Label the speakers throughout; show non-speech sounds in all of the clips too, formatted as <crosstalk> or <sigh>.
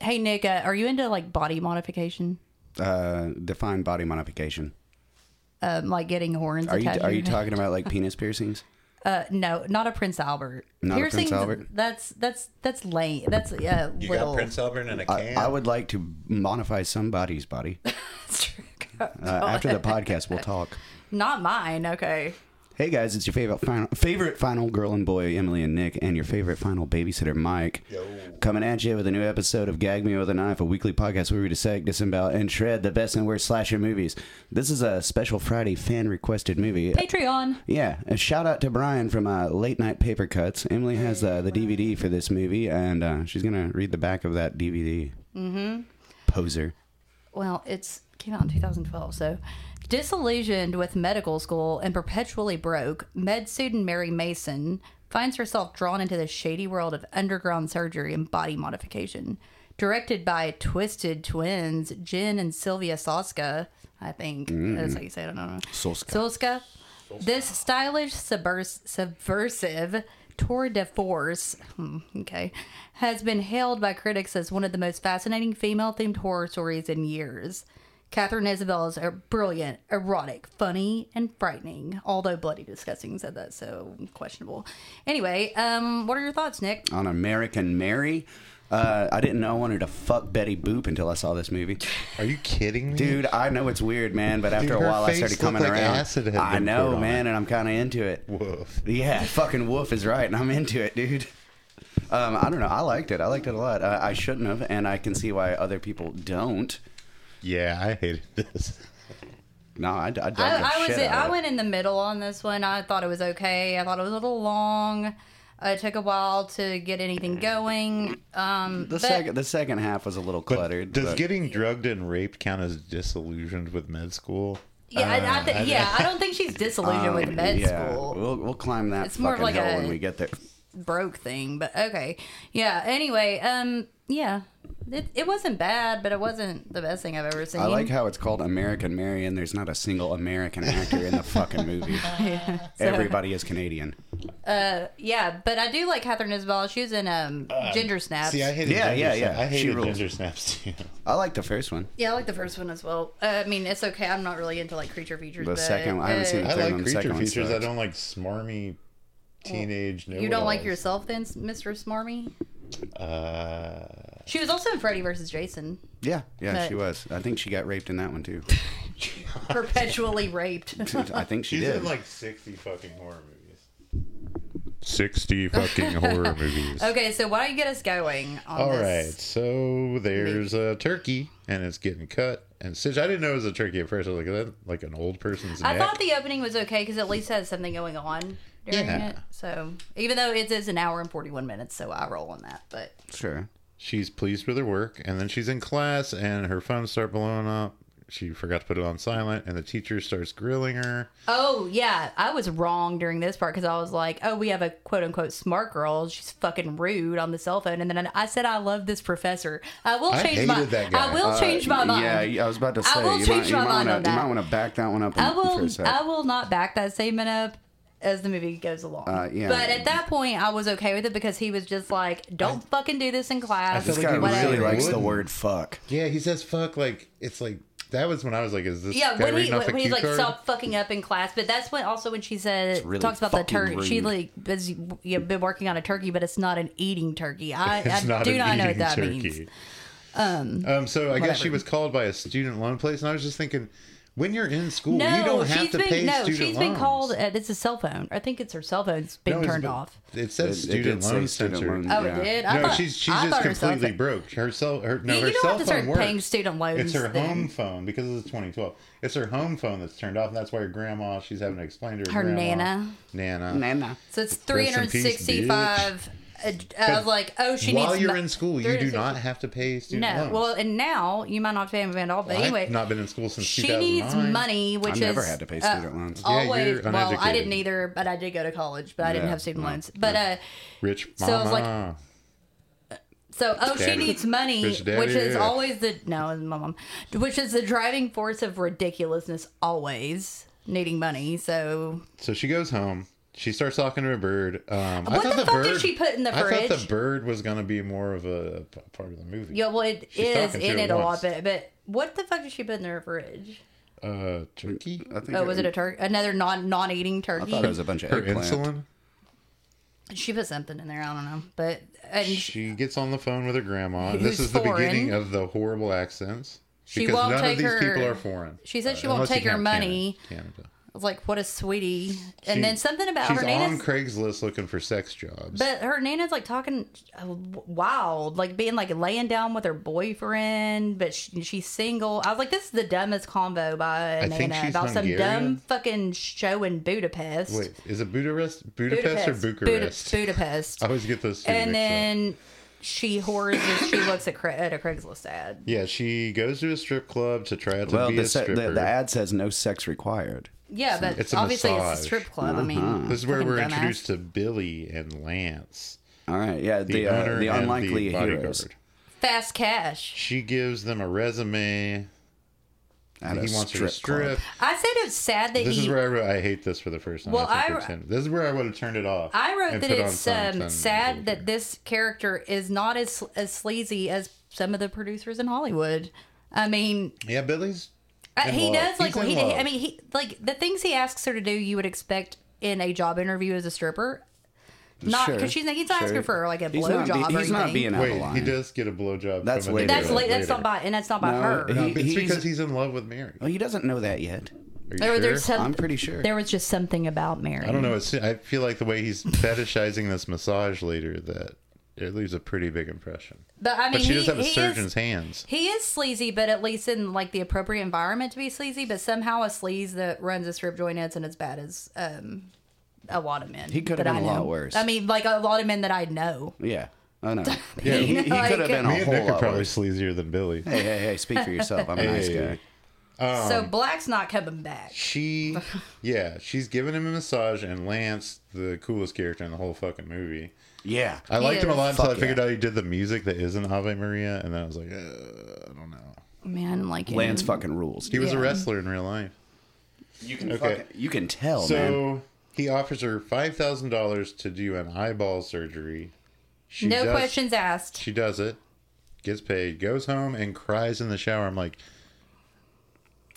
Speaker 1: Hey Nick, uh, are you into like body modification?
Speaker 2: Uh, define body modification.
Speaker 1: Um, like getting horns?
Speaker 2: Are you
Speaker 1: attached
Speaker 2: are
Speaker 1: to
Speaker 2: you
Speaker 1: your-
Speaker 2: talking about like penis piercings?
Speaker 1: Uh, no, not a Prince Albert.
Speaker 2: Not a Prince
Speaker 1: Piercings,
Speaker 2: Albert?
Speaker 1: That's that's that's lame. That's uh,
Speaker 3: You
Speaker 1: little.
Speaker 3: got
Speaker 1: <laughs>
Speaker 3: Prince Albert in a
Speaker 2: I,
Speaker 3: can.
Speaker 2: I would like to modify somebody's body. Uh, after the podcast, we'll talk.
Speaker 1: Not mine. Okay.
Speaker 2: Hey guys, it's your favorite final, favorite final girl and boy Emily and Nick, and your favorite final babysitter Mike, coming at you with a new episode of Gag Me with a Knife, a weekly podcast where we dissect, disembowel, and shred the best and worst slasher movies. This is a special Friday fan requested movie.
Speaker 1: Patreon.
Speaker 2: Yeah, a shout out to Brian from uh, Late Night Paper Cuts. Emily has uh, the DVD for this movie, and uh, she's gonna read the back of that DVD. Mm-hmm. Poser.
Speaker 1: Well, it's came out in 2012, so disillusioned with medical school and perpetually broke, med student Mary Mason finds herself drawn into the shady world of underground surgery and body modification. Directed by Twisted Twins, Jen and Sylvia Soska, I think that's how you say it. I don't know.
Speaker 2: Soska.
Speaker 1: Soska. This stylish, subvers- subversive tour de force, hmm, okay, has been hailed by critics as one of the most fascinating female-themed horror stories in years. Catherine Isabella's are brilliant, erotic, funny, and frightening, although bloody disgusting said that, so questionable. Anyway, um, what are your thoughts, Nick?
Speaker 2: on American Mary. Uh, I didn't know I wanted to fuck Betty Boop until I saw this movie.
Speaker 3: Are you kidding me?
Speaker 2: Dude, I know it's weird, man, but after
Speaker 3: Dude,
Speaker 2: a
Speaker 3: her
Speaker 2: while I
Speaker 3: face
Speaker 2: started
Speaker 3: looked
Speaker 2: coming
Speaker 3: like
Speaker 2: around.
Speaker 3: acid had
Speaker 2: I
Speaker 3: been
Speaker 2: know,
Speaker 3: poured on
Speaker 2: man, and I'm kind of into it.
Speaker 3: Woof.
Speaker 2: Yeah, fucking Wolf is right, and I'm into it, dude. Um, I don't know. I liked it. I liked it a lot. Uh, I shouldn't have, and I can see why other people don't.
Speaker 3: Yeah, I hated this.
Speaker 2: No, I, I dug the
Speaker 1: I, I was
Speaker 2: shit
Speaker 1: in,
Speaker 2: out of
Speaker 1: I
Speaker 2: it.
Speaker 1: went in the middle on this one. I thought it was okay. I thought it was a little long. Uh, it took a while to get anything going. Um,
Speaker 2: The
Speaker 1: but-
Speaker 2: second, the second half was a little
Speaker 3: But
Speaker 2: cluttered.
Speaker 3: does
Speaker 2: but-
Speaker 3: getting drugged and raped count as disillusioned with med school?
Speaker 1: Yeah, I,
Speaker 2: Uh,
Speaker 1: I th- yeah. I don't think she's disillusioned with med
Speaker 2: Um, yeah,
Speaker 1: school
Speaker 2: We'll, we'll climb that
Speaker 1: It's
Speaker 2: fucking
Speaker 1: more of like
Speaker 2: hill
Speaker 1: a-
Speaker 2: when we get there.
Speaker 1: broke thing, but okay. Yeah. Anyway, um, yeah, it, it wasn't bad, but it wasn't the best thing I've ever seen.
Speaker 2: I like how it's called American Mary, and there's not a single American
Speaker 1: <laughs>
Speaker 2: actor in the fucking movie. Everybody is Canadian.
Speaker 1: yeah, but I do like Catherine Isabel. She was in um, Ginger Snaps.
Speaker 3: See, I hated
Speaker 2: Yeah,
Speaker 3: ginger
Speaker 2: yeah,
Speaker 3: snaps.
Speaker 2: yeah.
Speaker 3: I
Speaker 2: She
Speaker 3: hated
Speaker 2: rules.
Speaker 3: ginger snaps too.
Speaker 2: I like the first one.
Speaker 1: yeah, I like the first one as well. Uh, I mean, it's okay. I'm not really into like creature features.
Speaker 2: The
Speaker 1: but,
Speaker 2: second one- I
Speaker 1: uh,
Speaker 2: haven't seen
Speaker 3: I
Speaker 2: Third
Speaker 3: like
Speaker 2: one, second
Speaker 3: creature
Speaker 2: one
Speaker 3: features. I
Speaker 2: sucks.
Speaker 3: don't like smarmy teenage.
Speaker 1: You don't like
Speaker 3: know-it-alls.
Speaker 1: yourself then, Mr. Smarmy?
Speaker 3: Uh,
Speaker 1: She was also in Freddy versus Jason. <laughs>
Speaker 2: Yeah, yeah,
Speaker 1: But-
Speaker 2: she was. I think she got raped in that
Speaker 1: <laughs>
Speaker 2: one too.
Speaker 1: Perpetually raped.
Speaker 3: <laughs>
Speaker 2: I think she
Speaker 3: She's
Speaker 2: did.
Speaker 3: in like 60 fucking horror movies. 60 fucking <laughs> horror movies.
Speaker 1: Okay, so why don't you get us going on
Speaker 3: All right,
Speaker 1: this?
Speaker 3: so there's a turkey and it's getting cut and stitched. I didn't know it was a turkey at first. I was like, "Is that like an old person's
Speaker 1: I
Speaker 3: neck?
Speaker 1: thought the opening was okay because at least it has something going on during
Speaker 3: Yeah.
Speaker 1: it. So even though it is an hour and forty one minutes, so I roll on that. But
Speaker 2: Sure.
Speaker 3: she's pleased with her work, and then she's in class and her phones start blowing up. She forgot to put it on silent, and the teacher starts grilling her.
Speaker 1: oh yeah, I was wrong during this part because I was like, oh, we have a quote unquote smart girl. She's fucking rude on the cell phone, and then I said I love this professor. I will
Speaker 3: I
Speaker 1: change my.
Speaker 3: hated that guy. Uh,
Speaker 1: I will change my mind.
Speaker 2: Uh, Yeah, yeah, I was about to say.
Speaker 1: I will
Speaker 2: you
Speaker 1: change
Speaker 2: might, you
Speaker 1: my
Speaker 2: might
Speaker 1: mind
Speaker 2: wanna,
Speaker 1: on that.
Speaker 2: You might want to back that one up
Speaker 1: I
Speaker 2: for
Speaker 1: will.
Speaker 2: a sec.
Speaker 1: I will not back that statement up as the movie goes along.
Speaker 2: Uh, yeah.
Speaker 1: But at that point, I was okay with it because he was just like, "Don't fucking do this in class."
Speaker 3: feel
Speaker 2: this
Speaker 3: like
Speaker 2: guy
Speaker 3: you
Speaker 1: whatever."
Speaker 2: really
Speaker 3: would.
Speaker 2: likes the
Speaker 3: Wouldn't.
Speaker 2: word "fuck."
Speaker 3: Yeah, he says "fuck." Like it's like that was when I was like, "Is this
Speaker 1: Yeah,
Speaker 3: guy
Speaker 1: when he
Speaker 3: reading off a
Speaker 1: when he's
Speaker 3: cue
Speaker 1: like
Speaker 3: card? <laughs>
Speaker 1: stop fucking up in class, but that's when also when she said
Speaker 2: really
Speaker 1: talks about the
Speaker 2: fucking
Speaker 1: turkey. She
Speaker 2: rude.
Speaker 1: like has you know, been working on a turkey, but it's not an eating turkey. I,
Speaker 3: <laughs> It's
Speaker 1: I
Speaker 3: not
Speaker 1: do
Speaker 3: an
Speaker 1: not know what
Speaker 3: eating
Speaker 1: that
Speaker 3: turkey.
Speaker 1: means.
Speaker 3: Um, so I guess she
Speaker 1: whatever.
Speaker 3: was called by a student loan place, and I was just thinking, when you're in school,
Speaker 1: No,
Speaker 3: you don't have
Speaker 1: she's
Speaker 3: to
Speaker 1: been
Speaker 3: pay
Speaker 1: no,
Speaker 3: student
Speaker 1: she's
Speaker 3: loans.
Speaker 1: been called. Uh, it's a cell phone. I think it's her cell phone's
Speaker 3: No,
Speaker 1: been
Speaker 3: it's
Speaker 1: turned
Speaker 3: been-
Speaker 1: off.
Speaker 3: It
Speaker 2: It- it
Speaker 3: says
Speaker 2: did
Speaker 3: student
Speaker 2: say
Speaker 3: loan
Speaker 2: student
Speaker 3: censored.
Speaker 2: loan.
Speaker 1: Oh,
Speaker 2: Yeah.
Speaker 1: it did. I
Speaker 3: No,
Speaker 1: thought,
Speaker 3: she's she's
Speaker 1: I
Speaker 3: just
Speaker 1: thought her cell phone-
Speaker 3: completely broke. Her cell, her no,
Speaker 1: You-
Speaker 3: her
Speaker 1: you don't
Speaker 3: cell
Speaker 1: have to
Speaker 3: phone
Speaker 1: start
Speaker 3: works.
Speaker 1: paying student loans
Speaker 3: It's her
Speaker 1: then.
Speaker 3: home phone because it's 2012. It's her home phone that's turned off, and that's why her grandma. She's having to explain to her,
Speaker 1: Her
Speaker 3: grandma,
Speaker 1: nana.
Speaker 3: Nana.
Speaker 2: Nana.
Speaker 1: So it's
Speaker 3: Rest in peace,
Speaker 1: 365. uh, I was like, oh, she
Speaker 3: While
Speaker 1: needs.
Speaker 3: you're
Speaker 1: ma-
Speaker 3: in school, you do
Speaker 1: 360
Speaker 3: not have to pay student
Speaker 1: No,
Speaker 3: loans.
Speaker 1: well, and now you might not pay him at all. But
Speaker 3: I've
Speaker 1: anyway,
Speaker 3: not been in school since
Speaker 1: she
Speaker 3: 2009.
Speaker 1: needs money, which
Speaker 2: I
Speaker 1: is uh,
Speaker 2: never had to pay student loans.
Speaker 3: Yeah,
Speaker 1: always.
Speaker 3: you're
Speaker 1: well, I
Speaker 3: uneducated.
Speaker 1: didn't either, but I did go to college, but I didn't
Speaker 2: Yeah,
Speaker 1: have student
Speaker 2: no,
Speaker 1: loans. But uh,
Speaker 3: Rich
Speaker 1: So I was like-
Speaker 3: mama.
Speaker 1: so oh, she
Speaker 3: Daddy.
Speaker 1: needs money,
Speaker 3: Rich daddy,
Speaker 1: which is
Speaker 3: yeah.
Speaker 1: always the no, it was my mom, which is the driving force of ridiculousness. Always needing money. So
Speaker 3: So she goes home. She starts talking to a bird. Um, I
Speaker 1: What
Speaker 3: thought
Speaker 1: the fuck did she put in the
Speaker 3: I thought the
Speaker 1: fridge?
Speaker 3: bird was gonna be more of a p- part of the movie.
Speaker 1: Yeah, well, it is
Speaker 3: She's talking to
Speaker 1: in
Speaker 3: it
Speaker 1: it a lot,
Speaker 3: once.
Speaker 1: but, but what the fuck did she put in her fridge?
Speaker 3: Uh, turkey.
Speaker 2: I think
Speaker 1: Oh, was it a turkey? Another non non eating turkey?
Speaker 2: I thought it was a bunch of
Speaker 3: Her
Speaker 2: eggplant.
Speaker 3: insulin.
Speaker 1: She put something in there. I don't know, but and she,
Speaker 3: She gets on the phone with her grandma.
Speaker 1: Who's
Speaker 3: This is the
Speaker 1: foreign.
Speaker 3: beginning of the horrible accents.
Speaker 1: She
Speaker 3: because
Speaker 1: won't
Speaker 3: none
Speaker 1: take
Speaker 3: of these
Speaker 1: her-
Speaker 3: people are foreign.
Speaker 1: she said she
Speaker 3: Uh,
Speaker 1: won't
Speaker 3: unless you
Speaker 1: take her
Speaker 3: count
Speaker 1: money.
Speaker 3: Canada. Canada.
Speaker 1: I was like, "What a sweetie!" And
Speaker 3: She-
Speaker 1: then something about
Speaker 3: she's
Speaker 1: her name
Speaker 3: on
Speaker 1: is
Speaker 3: Craigslist looking for sex jobs.
Speaker 1: But her Nana's like talking uh, wild, like being like laying down with her boyfriend, but she, she's single. I was like, this is the dumbest combo by
Speaker 3: I
Speaker 1: Nana
Speaker 3: think she's
Speaker 1: about some
Speaker 3: Hungarian.
Speaker 1: dumb fucking show in Budapest.
Speaker 3: Wait, is it Budapest, Budapest, or
Speaker 1: Buda-
Speaker 3: Bucharest?
Speaker 1: Budapest.
Speaker 3: <laughs> I always get those two.
Speaker 1: and
Speaker 3: mixed up.
Speaker 1: then she whores as she looks at, Cra- at a Craigslist ad.
Speaker 3: yeah, she goes to a strip club to try out to
Speaker 2: Well,
Speaker 3: be
Speaker 2: the,
Speaker 3: a
Speaker 2: se-
Speaker 3: stripper.
Speaker 2: the, the ad says no sex required.
Speaker 1: Yeah, but
Speaker 3: It's a
Speaker 1: obviously
Speaker 3: massage. Uh-huh.
Speaker 1: it's a strip club. I mean,
Speaker 3: this is where
Speaker 1: fucking
Speaker 3: we're
Speaker 1: dumbass.
Speaker 3: introduced to Billy and Lance,
Speaker 2: All right, yeah, the
Speaker 3: the,
Speaker 2: the,
Speaker 3: owner
Speaker 2: uh, the
Speaker 3: and
Speaker 2: unlikely
Speaker 3: the bodyguard.
Speaker 2: heroes.
Speaker 1: Fast cash.
Speaker 3: She gives them a resume.
Speaker 2: At a
Speaker 3: he wants her to
Speaker 2: strip club.
Speaker 3: strip.
Speaker 1: I said it's sad that
Speaker 3: This
Speaker 1: he
Speaker 3: is where I wrote, I hate this for the first time.
Speaker 1: Well,
Speaker 3: I think
Speaker 1: I-
Speaker 3: it's in- this is where I would have turned it off.
Speaker 1: I wrote
Speaker 3: and
Speaker 1: that
Speaker 3: put on
Speaker 1: it's
Speaker 3: Silence
Speaker 1: um,
Speaker 3: and-
Speaker 1: sad that this character is not as as sleazy as some of the producers in Hollywood. I mean,
Speaker 3: Yeah, Billy's.
Speaker 1: uh,
Speaker 3: in
Speaker 1: he
Speaker 3: love.
Speaker 1: does like
Speaker 3: He's in
Speaker 1: he,
Speaker 3: love.
Speaker 1: I mean, he like the things he asks her to do, you would expect in a job interview as a stripper. Not because
Speaker 2: Sure.
Speaker 1: she's like he's not asking
Speaker 2: Sure.
Speaker 1: for like a
Speaker 2: He's not, be-
Speaker 1: blowjob or
Speaker 2: he's not
Speaker 1: anything.
Speaker 2: being out of
Speaker 3: Wait,
Speaker 2: line.
Speaker 3: he does get a blowjob.
Speaker 2: That's
Speaker 3: from a
Speaker 2: later.
Speaker 1: that's
Speaker 3: dude
Speaker 1: la- that's
Speaker 3: later.
Speaker 1: not by and that's not by
Speaker 2: No,
Speaker 1: her.
Speaker 2: he-
Speaker 3: No, it's
Speaker 2: he's-
Speaker 3: because he's in love with Mary. Are
Speaker 2: Well, he doesn't know that yet.
Speaker 3: you
Speaker 1: There,
Speaker 3: sure?
Speaker 1: there's some-
Speaker 2: I'm pretty sure.
Speaker 1: there was just something about Mary.
Speaker 3: I don't know. It's, I feel like the
Speaker 2: <laughs>
Speaker 3: way he's fetishizing this massage later that it leaves a pretty big impression.
Speaker 1: But I mean,
Speaker 3: But she
Speaker 1: he,
Speaker 3: does have a
Speaker 1: he is-
Speaker 3: surgeon's hands.
Speaker 1: He is sleazy, but at least in like the appropriate environment to be sleazy. But somehow a sleaze that runs a strip joint isn't as bad as um, a lot of men.
Speaker 2: He could have
Speaker 1: that
Speaker 2: been
Speaker 1: I
Speaker 2: a lot
Speaker 1: know.
Speaker 2: worse.
Speaker 1: I mean, like a lot of men that I know.
Speaker 2: yeah,
Speaker 1: <laughs>
Speaker 2: I know.
Speaker 3: Yeah,
Speaker 2: he,
Speaker 1: you
Speaker 2: he
Speaker 1: know,
Speaker 2: could have
Speaker 1: like-
Speaker 2: been
Speaker 3: Me
Speaker 2: a
Speaker 3: and
Speaker 2: whole
Speaker 3: Nick are
Speaker 2: lot
Speaker 3: probably
Speaker 2: worse.
Speaker 3: sleazier than Billy.
Speaker 2: Hey, hey, hey! Speak for yourself. I'm a nice
Speaker 3: Hey.
Speaker 2: guy.
Speaker 3: Um,
Speaker 1: so Black's not coming back. <laughs>
Speaker 3: She, yeah, she's giving him a massage, and Lance, the coolest character in the whole fucking movie.
Speaker 2: Yeah,
Speaker 3: I liked him a
Speaker 1: is.
Speaker 3: lot until I
Speaker 2: Fuck
Speaker 3: figured out he did the music that isn't Ave Maria, and then I was like, uh, I don't know.
Speaker 1: Man, like him.
Speaker 2: Lance fucking rules.
Speaker 3: He
Speaker 2: dude.
Speaker 3: was a
Speaker 1: Yeah.
Speaker 3: wrestler in real life.
Speaker 2: You can
Speaker 3: Okay.
Speaker 2: fucking, you can tell,
Speaker 3: so
Speaker 2: man.
Speaker 3: he offers her five thousand dollars to do an eyeball surgery. She
Speaker 1: no
Speaker 3: does-
Speaker 1: questions asked.
Speaker 3: She does it, gets paid, goes home, and cries in the shower. I'm like,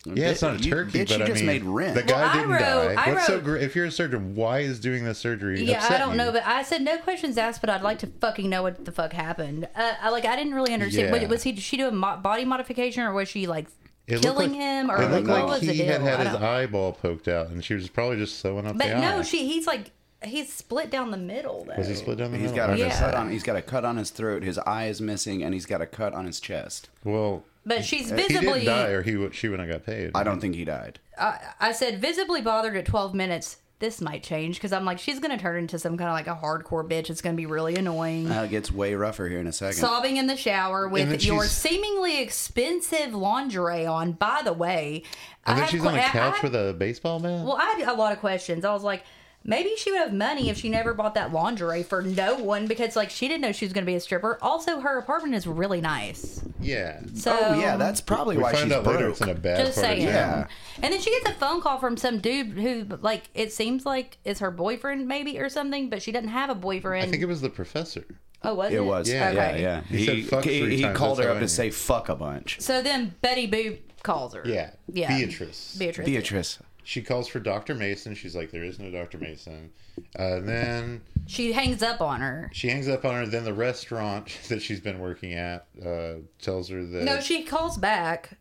Speaker 3: yeah, it's not a
Speaker 2: You-
Speaker 3: turkey,
Speaker 2: bitch,
Speaker 3: but
Speaker 2: you
Speaker 3: I
Speaker 2: just
Speaker 3: mean,
Speaker 2: made rent.
Speaker 3: the
Speaker 2: Well,
Speaker 3: guy
Speaker 1: I
Speaker 3: didn't
Speaker 1: wrote-
Speaker 3: die.
Speaker 1: I
Speaker 3: What's so
Speaker 1: wrote-
Speaker 3: great? If you're a surgeon, why is doing this surgery?
Speaker 1: Yeah, I
Speaker 3: upset
Speaker 1: don't
Speaker 3: you?
Speaker 1: know, but I said no questions asked, but I'd like to fucking know what the fuck happened. Uh, I like I didn't really understand.
Speaker 3: Yeah.
Speaker 1: What, was he? did she do a mo- body modification, or was she like
Speaker 3: It looked
Speaker 1: killing
Speaker 3: like-
Speaker 1: him, or
Speaker 3: It
Speaker 1: what
Speaker 3: looked
Speaker 1: was
Speaker 3: like
Speaker 1: the
Speaker 3: he
Speaker 1: deal?
Speaker 3: had
Speaker 1: I
Speaker 3: had his
Speaker 1: don't-
Speaker 3: eyeball poked out, and she was probably just sewing up
Speaker 1: But
Speaker 3: the
Speaker 1: no,
Speaker 3: eye.
Speaker 1: she he's like he's split down the middle though.
Speaker 3: was he split down the
Speaker 2: He's
Speaker 3: middle?
Speaker 2: got a
Speaker 3: Okay.
Speaker 1: Yeah.
Speaker 2: cut on. He's got a cut on his throat. His eye is missing, and he's got a cut on his chest.
Speaker 3: Well,
Speaker 1: but she's
Speaker 3: he
Speaker 1: visibly
Speaker 3: didn't die, or he would- she wouldn't have got paid.
Speaker 2: I don't think he died.
Speaker 1: I said visibly bothered at 12 minutes. This might change because I'm like she's gonna turn into some kind of like a hardcore bitch. It's gonna be really annoying.
Speaker 2: Uh, it gets way rougher here in a second.
Speaker 1: Sobbing in the shower
Speaker 3: And then
Speaker 1: with your
Speaker 3: she's-
Speaker 1: seemingly expensive lingerie on. By the way,
Speaker 3: And then she's on the
Speaker 1: que- I-
Speaker 3: couch
Speaker 1: I-
Speaker 3: with a baseball bat.
Speaker 1: Well, I had a lot of questions. I was like, maybe she would have money if she never bought that lingerie for no one because like she didn't know she was gonna be a stripper. Also, her apartment is really nice.
Speaker 3: yeah.
Speaker 1: So
Speaker 2: oh yeah, that's probably
Speaker 3: We
Speaker 2: why
Speaker 3: find
Speaker 2: she's
Speaker 3: out later
Speaker 2: broke.
Speaker 3: it's in a bad
Speaker 1: Just
Speaker 3: part of
Speaker 1: saying.
Speaker 3: town.
Speaker 2: Yeah.
Speaker 1: And then she gets a phone call from some dude who, like, it seems like is her boyfriend maybe or something, but she doesn't have a boyfriend.
Speaker 3: I think it was the professor.
Speaker 1: oh, was it?
Speaker 2: It was.
Speaker 3: Yeah.
Speaker 2: Yeah,
Speaker 1: Okay.
Speaker 2: yeah,
Speaker 3: He
Speaker 2: He,
Speaker 3: said fuck
Speaker 2: he-
Speaker 3: three
Speaker 2: he
Speaker 3: times,
Speaker 2: called
Speaker 3: that's
Speaker 2: her
Speaker 3: how I
Speaker 2: up
Speaker 3: knew.
Speaker 2: to say fuck a bunch.
Speaker 1: So then Betty Boop calls her.
Speaker 3: Yeah.
Speaker 1: Yeah.
Speaker 3: Beatrice.
Speaker 1: Beatrice.
Speaker 2: Beatrice.
Speaker 3: She calls for Dr. Mason. She's like, there is no Dr. Mason. Uh, then
Speaker 1: She hangs up on her.
Speaker 3: she hangs up on her. Then the restaurant <laughs> that she's been working at uh, tells her that.
Speaker 1: No, she calls back.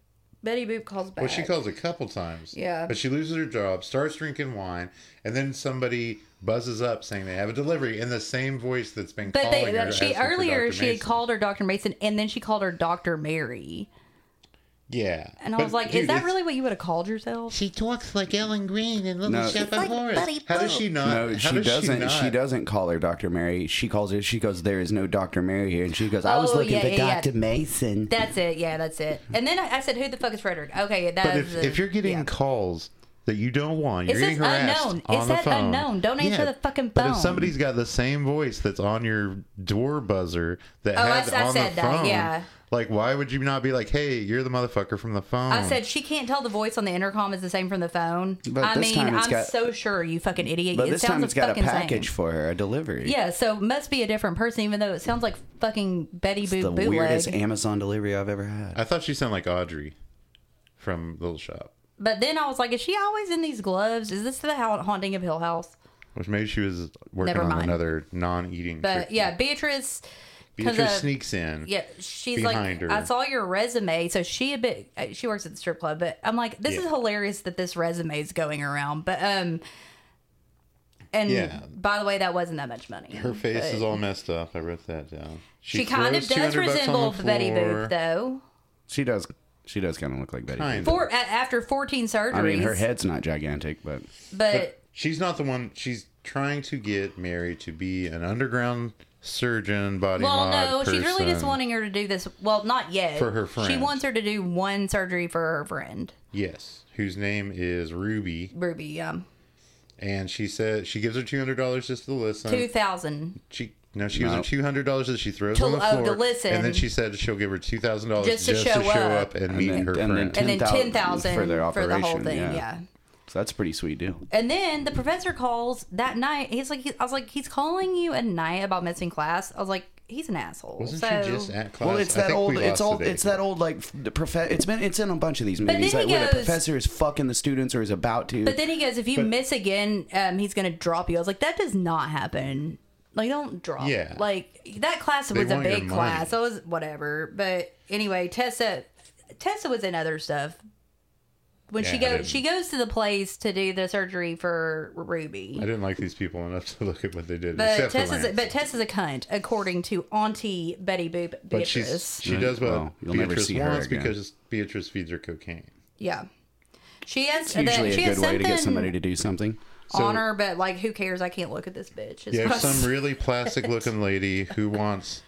Speaker 1: Betty Boop calls back.
Speaker 3: Well, she calls a couple times.
Speaker 1: Yeah.
Speaker 3: But she loses her job, starts drinking wine, and then somebody buzzes up saying they have a delivery in the same voice that's been
Speaker 1: But they,
Speaker 3: calling her.
Speaker 1: she
Speaker 3: asking for
Speaker 1: earlier
Speaker 3: Dr.
Speaker 1: she had
Speaker 3: Mason.
Speaker 1: called her Dr. Mason and then she called her Dr. Mary.
Speaker 3: Yeah.
Speaker 1: And I
Speaker 3: But,
Speaker 1: was like,
Speaker 3: dude,
Speaker 1: is that
Speaker 3: it's-
Speaker 1: really what you would have called yourself?
Speaker 3: She talks like Ellen Green in Little
Speaker 2: No.
Speaker 3: Shop
Speaker 2: It's
Speaker 3: of
Speaker 1: like
Speaker 3: Horrors.
Speaker 1: Buddy
Speaker 3: How does
Speaker 1: Boop.
Speaker 3: she not?
Speaker 2: No,
Speaker 3: how
Speaker 2: she
Speaker 3: does
Speaker 2: doesn't.
Speaker 3: She,
Speaker 2: She,
Speaker 3: not,
Speaker 2: doesn't call her Dr. Mary. She calls her. She goes, "There is no Dr. Mary here," and she goes, "I was
Speaker 1: Oh,
Speaker 2: looking
Speaker 1: yeah,
Speaker 2: for
Speaker 1: yeah, yeah.
Speaker 2: Dr. Mason."
Speaker 1: That's it. Yeah, that's it. And then I, I said, who the fuck is Frederick? Okay, that's
Speaker 3: But if, if you're getting calls that you don't want.
Speaker 1: It
Speaker 3: You're
Speaker 1: says
Speaker 3: getting harassed
Speaker 1: unknown.
Speaker 3: on
Speaker 1: It
Speaker 3: the
Speaker 1: said
Speaker 3: phone.
Speaker 1: unknown. Don't answer the fucking
Speaker 3: But if
Speaker 1: phone.
Speaker 3: somebody's got the same voice that's on your door buzzer that
Speaker 1: Oh, I
Speaker 3: has
Speaker 1: s- I
Speaker 3: on
Speaker 1: said
Speaker 3: the
Speaker 1: that,
Speaker 3: phone,
Speaker 1: yeah.
Speaker 3: like why would you not be like, "Hey, you're the motherfucker from the phone"?
Speaker 1: I said she can't tell the voice on the intercom is the same from the phone.
Speaker 2: Oh. But
Speaker 1: I
Speaker 2: this
Speaker 1: mean,
Speaker 2: time it's
Speaker 1: I'm
Speaker 2: got-
Speaker 1: so sure you fucking idiot.
Speaker 2: But
Speaker 1: it
Speaker 2: this
Speaker 1: sounds
Speaker 2: time it's got a
Speaker 1: fucking
Speaker 2: package
Speaker 1: Same.
Speaker 2: for her, a delivery.
Speaker 1: Yeah, so must be a different person, even though it sounds like fucking Betty Boo
Speaker 2: The
Speaker 1: bootleg.
Speaker 2: weirdest Amazon delivery I've ever had.
Speaker 3: I thought she sounded like Audrey from Little Shop,
Speaker 1: but then I was like, is she always in these gloves? Is this the hau- haunting of Hill House?
Speaker 3: which maybe she was working
Speaker 1: Never
Speaker 3: on
Speaker 1: mind.
Speaker 3: another non-eating.
Speaker 1: But
Speaker 3: trick.
Speaker 1: yeah, Beatrice. 'cause,
Speaker 3: Beatrice
Speaker 1: uh,
Speaker 3: sneaks in.
Speaker 1: Yeah, she's like,
Speaker 3: behind her.
Speaker 1: I saw your resume. So she a bit, uh, she works at the strip club, but I'm like, this
Speaker 3: Yeah.
Speaker 1: is hilarious that this resume is going around. But um, and
Speaker 3: Yeah.
Speaker 1: by the way, that wasn't that much money.
Speaker 3: Her face
Speaker 1: But
Speaker 3: is all messed up. I wrote that down.
Speaker 1: She, kind of
Speaker 3: throws
Speaker 1: does
Speaker 3: 200 bucks on
Speaker 1: resemble
Speaker 3: the
Speaker 1: Betty
Speaker 3: floor.
Speaker 1: Boop, though.
Speaker 2: She does. She does kind of look like Betty.
Speaker 3: Kind
Speaker 2: Boop.
Speaker 1: For a- after 14 surgeries,
Speaker 2: I mean, her head's not gigantic, but
Speaker 1: but
Speaker 3: She's not the one. She's trying to get Mary to be an underground surgeon, body
Speaker 1: well,
Speaker 3: mod
Speaker 1: no,
Speaker 3: person.
Speaker 1: she's really just wanting her to do this. Well, not yet
Speaker 3: For her
Speaker 1: She
Speaker 3: friend.
Speaker 1: wants her to do one surgery for her friend
Speaker 3: Yes, whose name is Ruby,
Speaker 1: Ruby. Um,
Speaker 3: and she says she gives her two hundred dollars just to listen.
Speaker 1: two thousand
Speaker 3: She no, she gives her
Speaker 2: No.
Speaker 3: two hundred dollars that she throws
Speaker 1: To-
Speaker 3: on the
Speaker 1: oh,
Speaker 3: floor,
Speaker 1: to listen.
Speaker 3: and then she said she'll give her two thousand dollars
Speaker 1: Just
Speaker 3: just
Speaker 1: to
Speaker 3: to
Speaker 1: show
Speaker 3: show
Speaker 1: up.
Speaker 3: up and, meet
Speaker 2: then-
Speaker 3: her
Speaker 2: and then
Speaker 3: friend.
Speaker 1: and then ten
Speaker 2: 10,000
Speaker 1: thousand
Speaker 2: for
Speaker 1: for,
Speaker 2: their
Speaker 1: the whole
Speaker 2: operation,
Speaker 1: thing.
Speaker 2: yeah.
Speaker 1: yeah.
Speaker 2: so that's a pretty sweet deal.
Speaker 1: And then the professor calls that night. He's like, he, I was like, he's calling you at night about missing class. I was like, he's an asshole.
Speaker 3: Wasn't
Speaker 1: so,
Speaker 3: she just at class?
Speaker 2: Well, it's
Speaker 3: I
Speaker 2: that
Speaker 3: think
Speaker 2: old.
Speaker 3: we
Speaker 2: It's
Speaker 3: lost
Speaker 2: old.
Speaker 3: the date.
Speaker 2: It's that old. Like the prof. It's been. It's in a bunch of these
Speaker 1: then
Speaker 2: movies.
Speaker 1: he
Speaker 2: Like where the
Speaker 1: goes-
Speaker 2: professor is fucking the students or is about to.
Speaker 1: But then he goes, if you miss again, um, he's gonna drop you. I was like, that does not happen. Like, don't drop.
Speaker 3: Yeah.
Speaker 1: Like that class was a
Speaker 3: want your
Speaker 1: big
Speaker 3: money.
Speaker 1: class. It was whatever. But anyway, Tessa, Tessa was in other stuff. When she
Speaker 3: Yeah, I
Speaker 1: goes,
Speaker 3: didn't-
Speaker 1: she goes to the place to do the surgery for Ruby.
Speaker 3: I didn't like these people enough to look at what they did.
Speaker 1: But
Speaker 3: except for
Speaker 1: Tessa's,
Speaker 3: Lance.
Speaker 1: but Tessa's a cunt, according to Auntie Betty Boop Beatrice.
Speaker 3: But she's, she
Speaker 2: Right.
Speaker 3: does what
Speaker 2: Well, you'll never
Speaker 3: Beatrice
Speaker 2: see her
Speaker 3: wants
Speaker 2: again.
Speaker 3: because Beatrice feeds her cocaine.
Speaker 1: Yeah. She has
Speaker 2: it's usually
Speaker 1: that, she
Speaker 2: a
Speaker 1: has
Speaker 2: good way to get somebody
Speaker 1: something
Speaker 2: to do something.
Speaker 1: on
Speaker 3: So-
Speaker 1: her, but like, who cares? I can't look at this bitch. It's
Speaker 3: Yeah,
Speaker 1: not- <laughs>
Speaker 3: some really plastic looking lady who wants.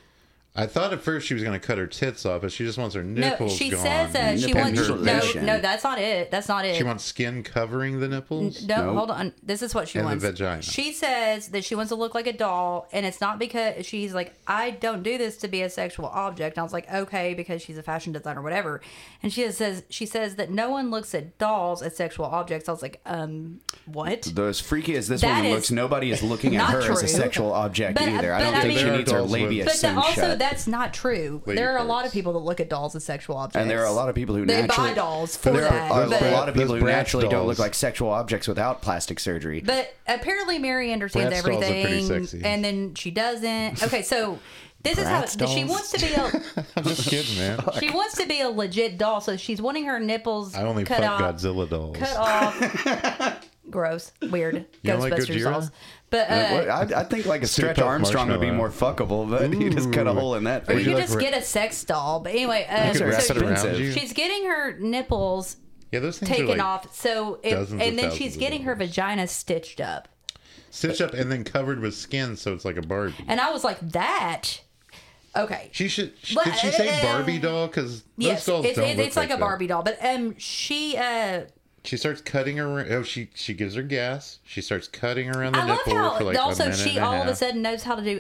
Speaker 3: I thought at first she was going to cut her tits off, but she just wants her nipples
Speaker 1: no, she
Speaker 3: gone.
Speaker 1: says uh, she
Speaker 2: Nipple
Speaker 1: wants. No,
Speaker 2: mutilation.
Speaker 1: no, that's not it. That's not it.
Speaker 3: she wants skin covering the nipples.
Speaker 1: no,
Speaker 2: No.
Speaker 1: hold on. This is what she
Speaker 3: And the
Speaker 1: wants.
Speaker 3: vagina.
Speaker 1: She says that she wants to look like a doll, and it's not because she's like, I don't do this to be a sexual object. And I was like, okay, because she's a fashion designer, whatever. And she says she says that no one looks at dolls as sexual objects. I was like, um, what?
Speaker 2: Though as freaky as this
Speaker 1: That
Speaker 2: woman
Speaker 1: is
Speaker 2: looks, nobody is looking at
Speaker 1: not
Speaker 2: her as
Speaker 1: true.
Speaker 2: a sexual object
Speaker 1: But-
Speaker 2: either. I
Speaker 1: but
Speaker 2: don't
Speaker 1: I
Speaker 2: think she
Speaker 1: mean-
Speaker 2: needs her
Speaker 3: Adults would-
Speaker 2: labia
Speaker 1: But the,
Speaker 2: sewn
Speaker 1: also,
Speaker 2: shut.
Speaker 1: that's not true.
Speaker 3: Lady
Speaker 1: there are a lot
Speaker 3: parts.
Speaker 1: of people that look at dolls as sexual objects,
Speaker 2: and there are a lot of people who
Speaker 1: they
Speaker 2: naturally
Speaker 1: buy dolls for
Speaker 2: there
Speaker 1: that.
Speaker 2: are
Speaker 3: those
Speaker 2: a
Speaker 1: but,
Speaker 3: bra-
Speaker 2: lot of people
Speaker 3: those
Speaker 2: who
Speaker 3: Bratz
Speaker 2: naturally don't
Speaker 3: dolls.
Speaker 2: look like sexual objects without plastic surgery.
Speaker 1: but apparently, Mary understands
Speaker 3: Bratz dolls are pretty
Speaker 1: everything,
Speaker 3: sexy.
Speaker 1: and then she doesn't. Okay, so this is how
Speaker 2: Bratz
Speaker 1: she
Speaker 2: dolls?
Speaker 1: wants to be
Speaker 3: <laughs>
Speaker 1: a
Speaker 3: I'm just
Speaker 1: <laughs>
Speaker 3: kidding, man.
Speaker 1: she wants to be a legit doll. So she's wanting her nipples
Speaker 3: I only
Speaker 1: cut
Speaker 3: fuck
Speaker 1: off,
Speaker 3: Godzilla dolls.
Speaker 1: cut off.
Speaker 3: <laughs>
Speaker 1: Gross, weird,
Speaker 3: don't like
Speaker 1: Ghostbusters
Speaker 3: Gojira?
Speaker 1: dolls. But uh,
Speaker 2: Well, I, I think like a Stretch
Speaker 3: Super
Speaker 2: Armstrong would be more
Speaker 3: marshmallow.
Speaker 2: fuckable, but you just cut a
Speaker 3: Ooh.
Speaker 2: hole in that.
Speaker 1: or
Speaker 2: thing.
Speaker 1: you
Speaker 3: you
Speaker 1: could
Speaker 3: like
Speaker 1: just
Speaker 3: wrap-
Speaker 1: get a sex doll. But anyway, um,
Speaker 2: could wrap
Speaker 1: so
Speaker 2: it around
Speaker 3: you.
Speaker 1: she's getting her nipples
Speaker 3: Yeah, those things
Speaker 1: taken
Speaker 3: are like
Speaker 1: off. So it,
Speaker 3: dozens of
Speaker 1: and then she's
Speaker 3: thousands of
Speaker 1: getting her vagina stitched up.
Speaker 3: stitched up and then covered with skin, so it's like a Barbie.
Speaker 1: And I was like, that. Okay.
Speaker 3: She should.
Speaker 1: Well,
Speaker 3: did she say
Speaker 1: uh,
Speaker 3: Barbie doll? Because
Speaker 1: Yes,
Speaker 3: those dolls
Speaker 1: it's,
Speaker 3: don't
Speaker 1: it's,
Speaker 3: look
Speaker 1: it's like, a
Speaker 3: that.
Speaker 1: Barbie doll, but um, she uh,
Speaker 3: She starts cutting around. Oh, she she gives her gas. She starts cutting around the
Speaker 1: I love
Speaker 3: nipple
Speaker 1: how
Speaker 3: for like a
Speaker 1: also
Speaker 3: minute
Speaker 1: she
Speaker 3: and
Speaker 1: all of a
Speaker 3: half.
Speaker 1: sudden knows how to do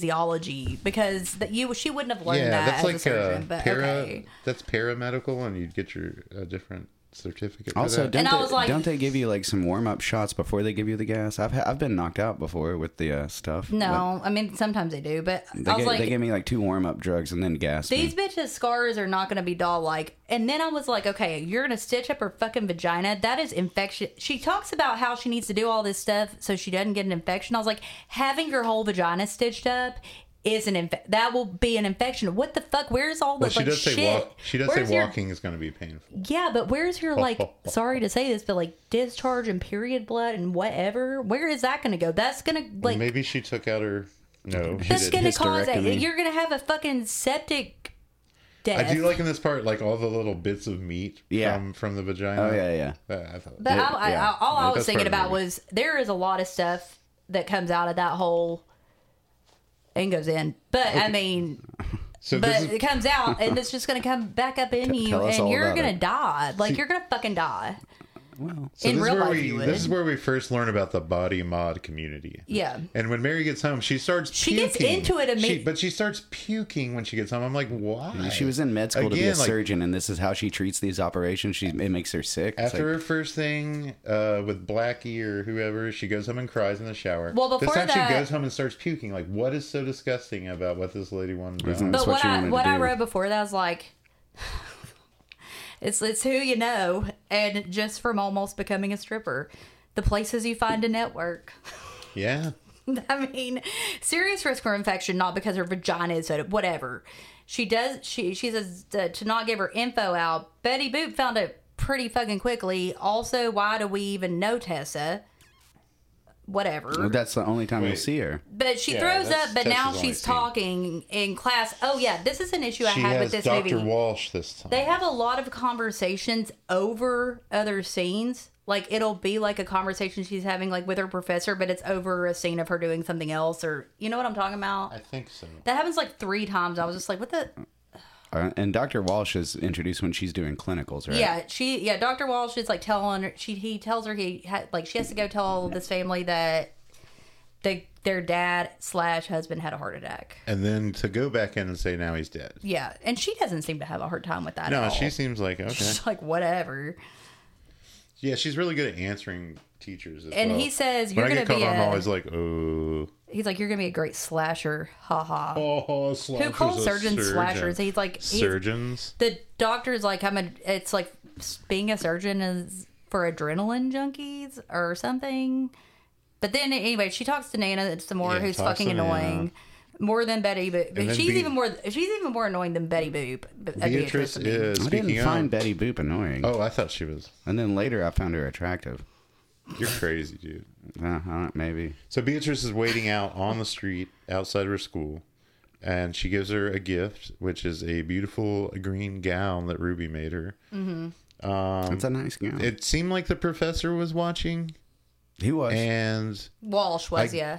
Speaker 1: anesthesiology because that you she wouldn't have learned
Speaker 3: Yeah,
Speaker 1: that as
Speaker 3: that's
Speaker 1: a
Speaker 3: like uh,
Speaker 1: surgeon,
Speaker 3: a
Speaker 1: but
Speaker 3: para.
Speaker 1: okay.
Speaker 3: That's paramedical, and you'd get your a different certificate. For
Speaker 2: Also,
Speaker 3: that.
Speaker 2: don't
Speaker 1: And I
Speaker 2: they,
Speaker 1: was like-
Speaker 2: don't they give you like some warm up shots before they give you the gas? I've ha- I've been knocked out before with the uh, stuff. but
Speaker 1: No, I mean sometimes they do, but
Speaker 2: They,
Speaker 1: I was
Speaker 2: gave,
Speaker 1: like,
Speaker 2: they gave me like two warm up drugs and then gas.
Speaker 1: These bitches' scars are not going to be doll like. And then I was like, okay, you're going to stitch up her fucking vagina. That is infection. She talks about how she needs to do all this stuff so she doesn't get an infection. I was like, having your whole vagina stitched up is an inf- that will be an infection. What the fuck? Where's all the
Speaker 3: But she
Speaker 1: like
Speaker 3: does
Speaker 1: shit?
Speaker 3: say walk. She does
Speaker 1: Where's
Speaker 3: say
Speaker 1: your-
Speaker 3: walking is going to be painful.
Speaker 1: yeah, but where's your like? sorry to say this, but like discharge and period blood and whatever. Where is that going to go? That's going to like
Speaker 3: Maybe she took out her. No, she
Speaker 1: that's
Speaker 3: did.
Speaker 1: going to cause a,
Speaker 2: hysterectomy.
Speaker 1: you're going to have a fucking septic death.
Speaker 3: I do like in this part, like all the little bits of meat
Speaker 2: Yeah.
Speaker 3: from from the vagina.
Speaker 2: oh yeah, yeah.
Speaker 3: Uh, I thought,
Speaker 1: But I, I,
Speaker 2: yeah.
Speaker 1: I, all I was
Speaker 3: Like, that's
Speaker 1: thinking
Speaker 3: part of the
Speaker 1: about
Speaker 3: movie.
Speaker 1: was there is a lot of stuff that comes out of that hole and goes in. But I mean,
Speaker 3: so
Speaker 1: but
Speaker 3: this is
Speaker 1: it comes out and it's just going to come back up in you
Speaker 2: tell us
Speaker 1: and
Speaker 2: all
Speaker 1: you're
Speaker 2: about
Speaker 1: going to
Speaker 2: it.
Speaker 1: die. Like, you're going to fucking die.
Speaker 2: Well,
Speaker 3: So
Speaker 1: In
Speaker 3: this is
Speaker 1: real
Speaker 3: where
Speaker 1: life,
Speaker 3: we,
Speaker 1: you would.
Speaker 3: This is where we first learn about the body mod community.
Speaker 1: Yeah.
Speaker 3: And when Mary gets home, she starts.
Speaker 1: She
Speaker 3: puking.
Speaker 1: gets into it imme-
Speaker 3: She- but she starts puking when she gets home. I'm like, why?
Speaker 2: she was in med school to be a
Speaker 3: Again, like,
Speaker 2: surgeon, and this is how she treats these operations. She it makes her sick. It's
Speaker 3: After
Speaker 2: like,
Speaker 3: her first thing uh, with Blackie or whoever, she goes home and cries in the shower.
Speaker 1: Well, before
Speaker 3: this time
Speaker 1: that-
Speaker 3: she goes home and starts puking. Like, what is so disgusting about what this lady wanted
Speaker 2: Isn't
Speaker 3: done?
Speaker 2: That's
Speaker 1: But what,
Speaker 2: what you wanted
Speaker 1: I
Speaker 2: to
Speaker 1: what I
Speaker 2: do.
Speaker 1: wrote before that was like, <laughs> it's it's who you know, and just from almost becoming a stripper, the places you find a network.
Speaker 3: Yeah,
Speaker 1: <laughs> I mean, serious risk for infection, not because her vagina is open, whatever. She does. She she says uh, to not give her info out. Betty Boop found it pretty fucking quickly. Also, why do we even know Tessa? Whatever.
Speaker 2: that's the only time you'll
Speaker 3: Wait.
Speaker 2: see her.
Speaker 1: But she
Speaker 3: Yeah,
Speaker 1: throws
Speaker 3: that's
Speaker 1: up. But now
Speaker 3: Tessa's only
Speaker 1: she's
Speaker 3: scene.
Speaker 1: talking in class. Oh yeah, this is an issue I
Speaker 3: she
Speaker 1: had with
Speaker 3: has
Speaker 1: this
Speaker 3: Doctor
Speaker 1: movie.
Speaker 3: Walsh this time.
Speaker 1: They have a lot of conversations over other scenes. Like it'll be like a conversation she's having like with her professor, but it's over a scene of her doing something else or you know what I'm talking about?
Speaker 3: I think so.
Speaker 1: That happens like three times. I was just like, what the
Speaker 2: Uh, and Dr. Walsh is introduced when she's doing clinicals, right?
Speaker 1: Yeah, she yeah, Dr. Walsh is like telling her she he tells her he ha, like she has to go tell this family that they their dad slash husband had a heart attack.
Speaker 3: And then to go back in and say now he's dead.
Speaker 1: Yeah. And she doesn't seem to have a hard time with that. at
Speaker 3: No,
Speaker 1: all.
Speaker 3: she seems like
Speaker 1: <laughs>
Speaker 3: okay.
Speaker 1: She's like, whatever.
Speaker 3: Yeah, she's really good at answering teachers. As
Speaker 1: And
Speaker 3: well.
Speaker 1: he says,
Speaker 3: when
Speaker 1: "You're
Speaker 3: I get
Speaker 1: gonna
Speaker 3: called
Speaker 1: be
Speaker 3: on,
Speaker 1: a-
Speaker 3: I'm always like, oh,
Speaker 1: He's like, You're gonna be a great slasher. Ha ha.
Speaker 3: oh,
Speaker 1: Who calls surgeons slashers? He's like he's,
Speaker 3: surgeons.
Speaker 1: the doctor's like I'm a. It's like s- being a surgeon is for adrenaline junkies or something. But then anyway, she talks to Nana some more,
Speaker 3: Yeah,
Speaker 1: who's
Speaker 3: talks
Speaker 1: fucking
Speaker 3: to Nana.
Speaker 1: annoying. More than Betty, but, but
Speaker 3: then
Speaker 1: she's
Speaker 3: Be-
Speaker 1: even more. She's even more annoying than Betty Boop. B- uh,
Speaker 3: Beatrice
Speaker 1: I mean.
Speaker 3: is.
Speaker 2: I
Speaker 3: Speaking
Speaker 2: didn't
Speaker 3: of,
Speaker 2: find Betty Boop annoying.
Speaker 3: oh, I thought she was.
Speaker 2: And then later I found her attractive.
Speaker 3: You're crazy, dude.
Speaker 2: Uh, I don't- maybe.
Speaker 3: So Beatrice is waiting out on the street outside her school, and she gives her a gift, which is a beautiful green gown that Ruby made her.
Speaker 2: That's a nice gown.
Speaker 3: Um, It seemed like the professor was watching,
Speaker 2: he was.
Speaker 3: and
Speaker 1: Walsh was
Speaker 3: I-
Speaker 1: yeah.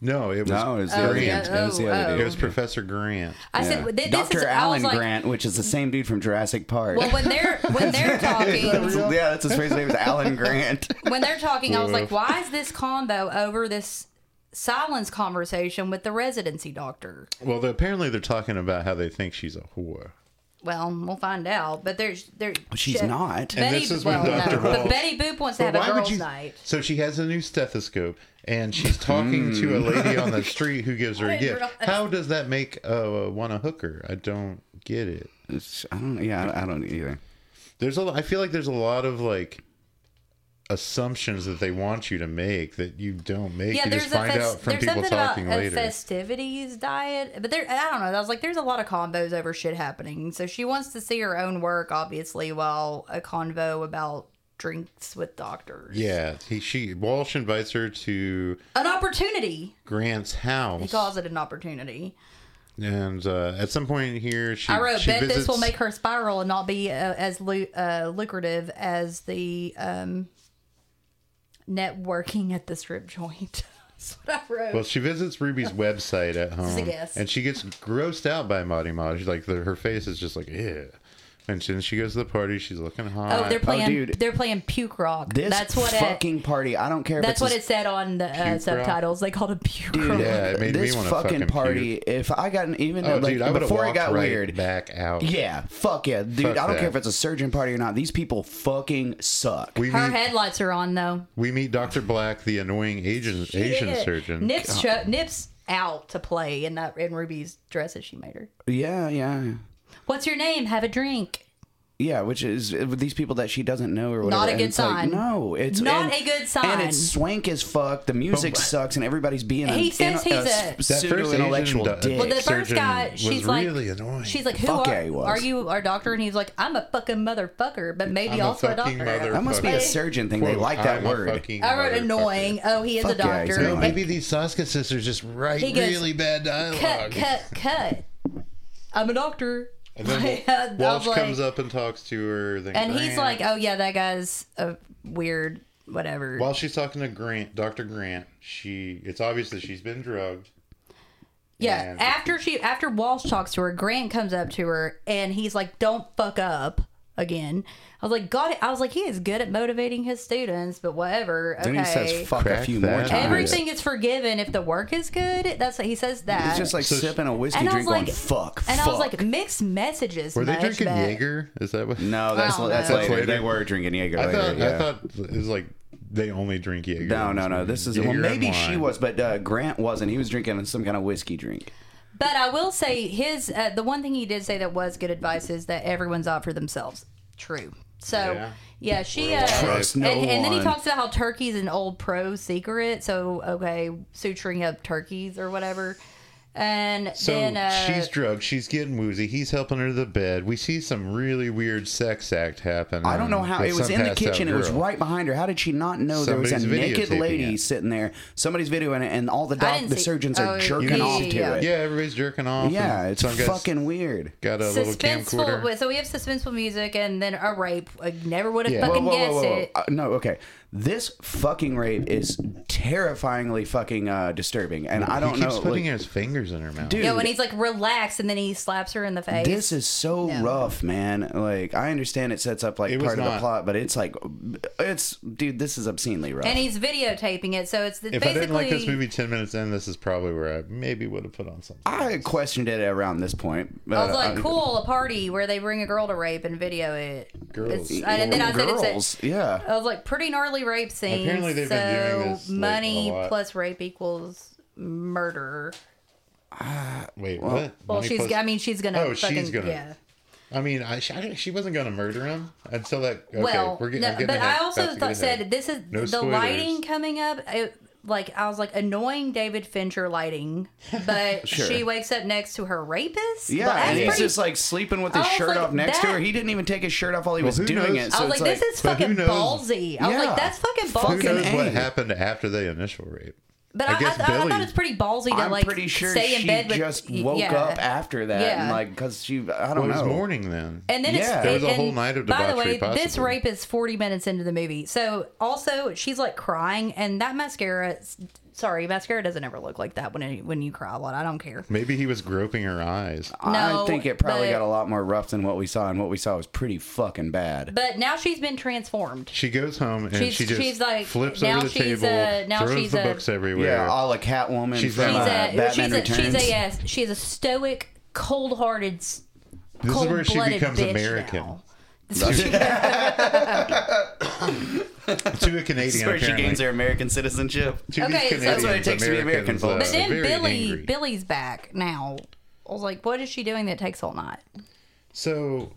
Speaker 3: no, it was
Speaker 2: no, it was,
Speaker 1: Oh,
Speaker 2: the, other
Speaker 1: yeah,
Speaker 2: dude. it was the
Speaker 1: oh,
Speaker 2: other
Speaker 1: oh.
Speaker 2: dude.
Speaker 3: it was Professor Grant.
Speaker 1: I
Speaker 2: Yeah.
Speaker 1: said "Th- this
Speaker 2: Dr.
Speaker 1: is
Speaker 2: Alan
Speaker 1: I was like,
Speaker 2: Grant, which is the same dude from Jurassic Park. <laughs>
Speaker 1: Well, when they're when
Speaker 3: <laughs>
Speaker 1: they're talking,
Speaker 2: yeah, that's his first name is Alan Grant.
Speaker 1: <laughs> when they're talking, I was like,
Speaker 3: Woof.
Speaker 1: why is this combo over this silence conversation with the residency doctor?
Speaker 3: Well, they- apparently they're talking about how they think she's a whore.
Speaker 1: Well, we'll find out. but there's there.
Speaker 2: She's
Speaker 1: she-
Speaker 2: not.
Speaker 1: Betty,
Speaker 3: this is when
Speaker 1: well,
Speaker 3: Dr.
Speaker 1: no, but
Speaker 3: Walsh-
Speaker 1: Betty Boop wants to have a girls' night.
Speaker 3: So she has a new stethoscope, and she's talking to a lady on the street who gives her
Speaker 1: <laughs>
Speaker 3: a
Speaker 1: didn't
Speaker 3: gift.
Speaker 1: realize.
Speaker 3: How does that make uh, want a hooker? I don't get it.
Speaker 2: It's- I don't. Yeah, I, I don't either.
Speaker 3: There's a. I feel like there's a lot of like assumptions that they want you to make that you don't make.
Speaker 1: Yeah,
Speaker 3: you
Speaker 1: there's
Speaker 3: just
Speaker 1: a
Speaker 3: find
Speaker 1: fes-
Speaker 3: out from
Speaker 1: there's
Speaker 3: people
Speaker 1: something
Speaker 3: talking
Speaker 1: about
Speaker 3: later.
Speaker 1: a festivities diet, but there I don't know. I was like, there's a lot of combos over shit happening. So she wants to see her own work, obviously, while a convo about drinks with doctors.
Speaker 3: yeah, he she Walsh invites her to
Speaker 1: an opportunity.
Speaker 3: Grant's house,
Speaker 1: He calls it an opportunity.
Speaker 3: and uh, at some point here she
Speaker 1: I wrote,
Speaker 3: she
Speaker 1: bet this will
Speaker 3: visits-
Speaker 1: make her spiral and not be uh, as lu- uh, lucrative as the um, networking at the strip joint. <laughs> That's what I wrote.
Speaker 3: Well, she
Speaker 1: <laughs>
Speaker 3: visits Ruby's website at home,
Speaker 1: guess.
Speaker 3: and she gets grossed out by Madi Madi. She's like, the, her face is just like, yeah. And then she goes to the party. She's looking hot.
Speaker 1: oh, they're playing.
Speaker 2: dude.
Speaker 1: they're playing puke rock.
Speaker 2: This
Speaker 1: that's what. It,
Speaker 2: fucking party. I don't care.
Speaker 1: that's
Speaker 2: if
Speaker 1: what
Speaker 2: it's
Speaker 1: it said on the uh,
Speaker 3: rock?
Speaker 1: subtitles. They called it puke
Speaker 2: Dude,
Speaker 1: rock.
Speaker 3: Yeah, it made me
Speaker 2: this
Speaker 3: wanna
Speaker 2: fucking,
Speaker 3: fucking
Speaker 2: party. If I got an, even
Speaker 3: oh,
Speaker 2: like
Speaker 3: dude, I would have
Speaker 2: before it
Speaker 3: walked
Speaker 2: got
Speaker 3: right
Speaker 2: weird,
Speaker 3: back out.
Speaker 2: Yeah, fuck yeah, dude.
Speaker 3: Fuck
Speaker 2: I don't
Speaker 3: that.
Speaker 2: care if it's a surgeon party or not. These people fucking suck.
Speaker 3: We
Speaker 1: Her
Speaker 3: meet,
Speaker 1: headlights are on though.
Speaker 3: we meet Dr. Black, the annoying Asian, Asian
Speaker 1: Yeah.
Speaker 3: surgeon.
Speaker 1: Nips, cho- Nips out to play in that in Ruby's dress that she made her.
Speaker 2: yeah, yeah,
Speaker 1: What's your name? Have a drink.
Speaker 2: yeah. Which is uh, these people that she doesn't know or whatever.
Speaker 1: Not a
Speaker 2: and
Speaker 1: good
Speaker 2: it's like,
Speaker 1: sign.
Speaker 2: no, it's
Speaker 1: Not
Speaker 2: and-
Speaker 1: a good
Speaker 2: And
Speaker 1: sign.
Speaker 2: it's swank as fuck. The
Speaker 3: Oh
Speaker 2: music sucks, and everybody's being a,
Speaker 1: He says
Speaker 2: in
Speaker 1: he's a-
Speaker 2: a, pseudo intellectual
Speaker 3: Asian do-
Speaker 2: dick.
Speaker 1: Well, the first
Speaker 3: surgeon
Speaker 1: guy, she's
Speaker 3: was
Speaker 1: like-
Speaker 3: really annoying.
Speaker 1: She's like, who
Speaker 2: Fuck
Speaker 1: are,
Speaker 2: yeah, he was.
Speaker 1: are you our doctor? And he's like, I'm a fucking motherfucker, but maybe
Speaker 3: I'm a
Speaker 1: also a,
Speaker 3: fucking
Speaker 1: doctor.
Speaker 3: mother-
Speaker 2: that must be a
Speaker 1: Fuck.
Speaker 2: surgeon thing. They
Speaker 3: Quote,
Speaker 2: like that
Speaker 3: "I'm a
Speaker 2: word.
Speaker 3: fucking
Speaker 1: I wrote
Speaker 3: motherfucker."
Speaker 1: annoying. Oh, he is
Speaker 2: Fuck
Speaker 1: a
Speaker 2: yeah, he's
Speaker 1: doctor.
Speaker 2: annoying.
Speaker 1: But
Speaker 3: Maybe these Saska sisters just write
Speaker 1: He goes,
Speaker 3: really bad
Speaker 1: cut,
Speaker 3: <laughs> dialogue.
Speaker 1: cut, cut. I'm a doctor.
Speaker 3: And then
Speaker 1: <laughs> I was
Speaker 3: Walsh
Speaker 1: like-
Speaker 3: comes up and talks to her. Then
Speaker 1: And he's
Speaker 3: Grant.
Speaker 1: like, oh, yeah, that guy's a weird whatever.
Speaker 3: While she's talking to Grant, Dr. Grant, she it's obvious that she's been drugged.
Speaker 1: yeah.
Speaker 3: and-
Speaker 1: After she, after Walsh talks to her, Grant comes up to her and he's like, don't fuck up. again. I was like, God, I was like, he is good at motivating his students, but whatever. Okay.
Speaker 2: Then he says fuck a
Speaker 3: Crack
Speaker 2: few
Speaker 3: that.
Speaker 2: more times.
Speaker 1: Everything is forgiven if the work is good. That's what he says that.
Speaker 2: It's just like
Speaker 3: So-
Speaker 2: sipping a whiskey
Speaker 1: and I was
Speaker 2: drink going,
Speaker 1: like,
Speaker 2: fuck.
Speaker 1: And
Speaker 2: fuck.
Speaker 1: I was like, mixed messages.
Speaker 3: Were they
Speaker 1: much,
Speaker 3: drinking
Speaker 1: but-
Speaker 3: Jaeger? Is that what?
Speaker 2: no, that's,
Speaker 1: don't
Speaker 2: that's,
Speaker 1: know.
Speaker 2: later.
Speaker 3: That's later.
Speaker 2: They were drinking Jaeger
Speaker 3: I
Speaker 2: later.
Speaker 3: thought
Speaker 2: yeah.
Speaker 3: I thought it was like they only drink Jaeger.
Speaker 2: no,
Speaker 3: in
Speaker 2: no, no.
Speaker 3: movie.
Speaker 2: This is well,
Speaker 3: Jaeger and
Speaker 2: maybe she
Speaker 3: wine.
Speaker 2: was, but uh, Grant wasn't. He was drinking some kind of whiskey drink.
Speaker 1: But I will say his uh, the one thing he did say that was good advice is that everyone's out for themselves. True. So
Speaker 3: Yeah.
Speaker 1: yeah, she uh,
Speaker 2: Trust
Speaker 1: and,
Speaker 2: no
Speaker 1: and then he
Speaker 2: one.
Speaker 1: talks about how turkey's an old pro secret. So okay, suturing up turkeys or whatever, and
Speaker 3: So
Speaker 1: then uh,
Speaker 3: she's drugged. She's getting woozy. He's helping her to the bed. We see some really weird sex act happen.
Speaker 2: I don't know how
Speaker 3: with
Speaker 2: it was
Speaker 3: some
Speaker 2: in the
Speaker 3: passed out
Speaker 2: kitchen. It was
Speaker 3: girl.
Speaker 2: right behind her. How did she not know there was a
Speaker 3: Somebody's
Speaker 2: naked
Speaker 3: videotaping
Speaker 2: lady
Speaker 3: it.
Speaker 2: sitting there? Somebody's videoing it, and all the
Speaker 1: I
Speaker 2: doc,
Speaker 1: didn't
Speaker 2: the
Speaker 1: see-
Speaker 2: surgeons
Speaker 1: oh,
Speaker 2: are jerking
Speaker 1: yeah,
Speaker 2: off
Speaker 1: yeah,
Speaker 2: to
Speaker 1: yeah.
Speaker 2: it.
Speaker 3: Yeah, everybody's jerking off.
Speaker 2: Yeah,
Speaker 3: and
Speaker 2: it's
Speaker 3: some guy's
Speaker 2: fucking weird.
Speaker 3: got a little camcorder.
Speaker 1: suspenseful. wait, So we have suspenseful music and then a rape. I never would have
Speaker 3: Yeah.
Speaker 1: fucking
Speaker 2: Whoa, whoa,
Speaker 1: guessed
Speaker 2: whoa, whoa, whoa.
Speaker 1: it.
Speaker 2: Uh, no, okay. This fucking rape is terrifyingly fucking uh, disturbing, and I don't
Speaker 3: he keeps
Speaker 2: know.
Speaker 3: putting
Speaker 2: like,
Speaker 3: his fingers in her mouth.
Speaker 2: Dude.
Speaker 1: Yeah, when he's like relax and then he slaps her in the face.
Speaker 2: this is so rough, man. Like, I understand it sets up like
Speaker 3: It was
Speaker 2: part of the
Speaker 3: not-
Speaker 2: plot, but it's like, it's dude, this is obscenely rough.
Speaker 1: and he's videotaping it, so it's
Speaker 3: if
Speaker 1: basically
Speaker 3: I didn't like this movie ten minutes in, this is probably where I maybe would have put on something.
Speaker 2: I questioned it around this point.
Speaker 1: I was like,
Speaker 2: uh,
Speaker 1: cool, a party where they bring a girl to rape and video it. It's-
Speaker 3: Girls.
Speaker 1: and then I said
Speaker 2: girls,
Speaker 1: it's
Speaker 2: yeah.
Speaker 1: a, I was like, pretty gnarly rape scene.
Speaker 3: Apparently they've
Speaker 1: so
Speaker 3: been doing this, like, a
Speaker 1: money
Speaker 3: lot.
Speaker 1: plus rape equals murder.
Speaker 3: Wait, what?
Speaker 1: Well,
Speaker 3: Money
Speaker 1: she's.
Speaker 3: plus-
Speaker 1: I mean, she's gonna.
Speaker 3: Oh, she's
Speaker 1: fucking,
Speaker 3: gonna-
Speaker 1: Yeah.
Speaker 3: I mean, I, she, I- she wasn't gonna murder him until that. Okay,
Speaker 1: well,
Speaker 3: we're getting,
Speaker 1: no,
Speaker 3: I'm getting
Speaker 1: but
Speaker 3: ahead,
Speaker 1: I also
Speaker 3: about to
Speaker 1: thought,
Speaker 3: get
Speaker 1: said
Speaker 3: ahead.
Speaker 1: this is
Speaker 3: No
Speaker 1: the
Speaker 3: spoilers.
Speaker 1: lighting coming up. It, like I was like annoying David Fincher lighting, but
Speaker 2: Sure.
Speaker 1: she wakes up next to her rapist.
Speaker 2: Yeah,
Speaker 1: Well,
Speaker 2: and
Speaker 1: that's
Speaker 2: he's
Speaker 1: pretty
Speaker 2: just like sleeping with
Speaker 1: I
Speaker 2: his
Speaker 1: was
Speaker 2: shirt
Speaker 1: like,
Speaker 2: off next to
Speaker 1: that-
Speaker 2: her. He didn't even take his shirt off while he was
Speaker 3: who
Speaker 2: doing
Speaker 3: knows?
Speaker 2: it.
Speaker 1: I
Speaker 2: So
Speaker 1: was like,
Speaker 2: it's
Speaker 1: this is
Speaker 3: but who
Speaker 1: fucking
Speaker 3: knows?
Speaker 1: ballsy. I was
Speaker 2: Yeah.
Speaker 1: like, that's fucking
Speaker 2: Fuck
Speaker 1: ballsy.
Speaker 3: Who knows what
Speaker 2: Hey.
Speaker 3: happened after the initial rape?
Speaker 1: But
Speaker 3: I
Speaker 1: I, I,
Speaker 3: guess
Speaker 1: I, I
Speaker 3: Billy-
Speaker 1: thought it's pretty ballsy to
Speaker 2: I'm
Speaker 1: like
Speaker 2: pretty sure
Speaker 1: stay in
Speaker 2: she
Speaker 1: bed with.
Speaker 2: just
Speaker 1: y-
Speaker 2: woke
Speaker 1: yeah.
Speaker 2: up after that, and
Speaker 1: Yeah.
Speaker 2: like, cause she, I
Speaker 3: Well,
Speaker 2: don't
Speaker 3: it was
Speaker 2: know.
Speaker 3: morning then.
Speaker 1: And then
Speaker 2: Yeah.
Speaker 1: it's
Speaker 2: There
Speaker 3: was a
Speaker 1: and
Speaker 3: whole night of
Speaker 1: By the
Speaker 3: debauchery
Speaker 1: way, this
Speaker 3: possibly.
Speaker 1: rape is 40 minutes into the movie. So also she's like crying, and that mascara. Sorry, mascara doesn't ever look like that when it, when you cry a lot. I don't care.
Speaker 3: Maybe he was groping her eyes.
Speaker 2: I
Speaker 1: No,
Speaker 2: think it probably
Speaker 1: but-
Speaker 2: got a lot more rough than what we saw, and what we saw was pretty fucking bad.
Speaker 1: But now she's been transformed.
Speaker 3: She goes home and
Speaker 1: She's-
Speaker 3: she just
Speaker 1: she's like-
Speaker 3: flips
Speaker 1: now
Speaker 3: over the
Speaker 1: she's
Speaker 3: table,
Speaker 1: a- now
Speaker 3: throws
Speaker 1: she's
Speaker 3: the
Speaker 1: a-
Speaker 3: books everywhere.
Speaker 2: yeah, uh, a la Catwoman
Speaker 3: She's
Speaker 2: from
Speaker 3: a-
Speaker 2: uh,
Speaker 1: She's a
Speaker 2: Batman
Speaker 1: she's a,
Speaker 2: Returns.
Speaker 1: she's a uh, yes, she's a stoic, cold-hearted. s-
Speaker 3: this is where she
Speaker 1: cold-blooded
Speaker 3: becomes
Speaker 1: bitch
Speaker 3: American
Speaker 1: now.
Speaker 3: <laughs> to a Canadian.
Speaker 2: That's where she
Speaker 3: apparently.
Speaker 2: gains her American citizenship.
Speaker 3: To these
Speaker 1: Okay, so-
Speaker 3: Canadians,
Speaker 1: That's what
Speaker 2: it takes to be American,
Speaker 3: Americans, uh,
Speaker 2: folks.
Speaker 1: But then
Speaker 3: very
Speaker 1: Billy
Speaker 3: angry.
Speaker 1: Billy's back now. I was like, what is she doing that takes all night?
Speaker 3: So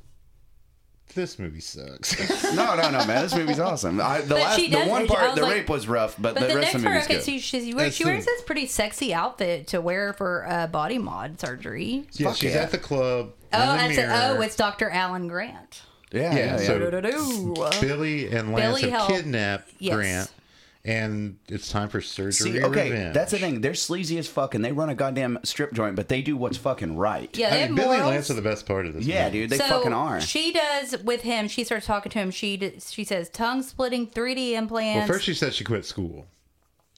Speaker 3: this
Speaker 2: <laughs>
Speaker 3: movie sucks.
Speaker 2: No, no, no, man. This movie's awesome. I, the last,
Speaker 1: she
Speaker 2: the
Speaker 1: does-
Speaker 2: one
Speaker 1: I
Speaker 2: part,
Speaker 1: was
Speaker 2: the
Speaker 1: like-
Speaker 2: rape was rough, but,
Speaker 1: But
Speaker 2: the,
Speaker 1: the,
Speaker 2: rest
Speaker 1: next
Speaker 2: of the
Speaker 1: part,
Speaker 2: movie's
Speaker 1: okay,
Speaker 2: good.
Speaker 1: she, she, she wears, she
Speaker 3: That's
Speaker 1: wears
Speaker 3: the-
Speaker 1: this pretty sexy outfit to wear for uh, body mod surgery.
Speaker 3: yeah,
Speaker 2: Fuck
Speaker 3: she's
Speaker 2: yeah.
Speaker 3: at the club.
Speaker 1: Oh,
Speaker 3: in the
Speaker 1: that's it.
Speaker 3: mirror.
Speaker 1: Oh, it's Dr. Alan Grant.
Speaker 2: yeah,
Speaker 3: yeah. So
Speaker 1: Do-do-do-do.
Speaker 3: Billy and Lance
Speaker 1: Billy
Speaker 3: have
Speaker 1: helped-
Speaker 3: kidnapped
Speaker 1: yes.
Speaker 3: Grant, and it's time for surgery.
Speaker 2: See,
Speaker 3: or
Speaker 2: okay,
Speaker 3: revenge.
Speaker 2: that's the thing. They're sleazy as fuck, and they run a goddamn strip joint, but they do what's fucking right.
Speaker 1: Yeah, they
Speaker 3: I
Speaker 1: have
Speaker 3: mean, Billy and
Speaker 1: morals.
Speaker 3: Lance are the best part of this.
Speaker 2: yeah,
Speaker 3: movie.
Speaker 2: dude, they fucking are.
Speaker 1: She does with him. She starts talking to him. She d- she says tongue splitting 3D
Speaker 3: Well,
Speaker 1: implants.
Speaker 3: first she said she quit school,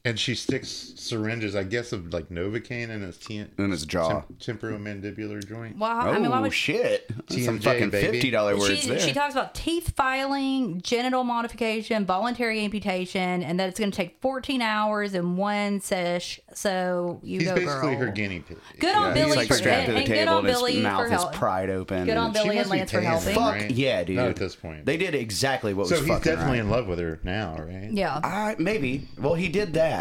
Speaker 3: and she sticks syringes, I guess, of like Novocaine in his ten-
Speaker 2: In his jaw.
Speaker 3: tem- temporomandibular joint.
Speaker 1: Why-
Speaker 2: oh
Speaker 1: I mean, why would
Speaker 2: shit! That's Some
Speaker 3: TMJ,
Speaker 2: fucking
Speaker 3: baby.
Speaker 2: fifty dollar words
Speaker 1: she,
Speaker 2: there.
Speaker 1: she talks about teeth filing, genital modification, voluntary amputation, and that it's going to take 14 hours in one sesh. So you
Speaker 3: He's
Speaker 1: go,
Speaker 3: basically
Speaker 1: girl.
Speaker 3: her guinea pig.
Speaker 1: Good on
Speaker 2: yeah,
Speaker 1: Billy
Speaker 2: he's like
Speaker 1: for
Speaker 2: strapped to
Speaker 1: and,
Speaker 2: the
Speaker 1: and good
Speaker 2: table,
Speaker 1: on
Speaker 2: and his
Speaker 1: Billy
Speaker 2: mouth
Speaker 1: for
Speaker 2: is
Speaker 1: help.
Speaker 2: pried open.
Speaker 1: Good
Speaker 2: and
Speaker 1: on
Speaker 2: it's-
Speaker 1: Billy
Speaker 3: must
Speaker 1: and
Speaker 3: be
Speaker 1: Lance for
Speaker 3: paying him,
Speaker 1: helping.
Speaker 2: Fuck
Speaker 3: right?
Speaker 2: yeah, dude!
Speaker 3: Not at this point.
Speaker 2: they did exactly what
Speaker 3: So
Speaker 2: was
Speaker 3: he's
Speaker 2: fucking
Speaker 3: definitely
Speaker 2: right.
Speaker 3: in love with her now, right?
Speaker 1: Yeah.
Speaker 2: I, maybe. Well, he did that.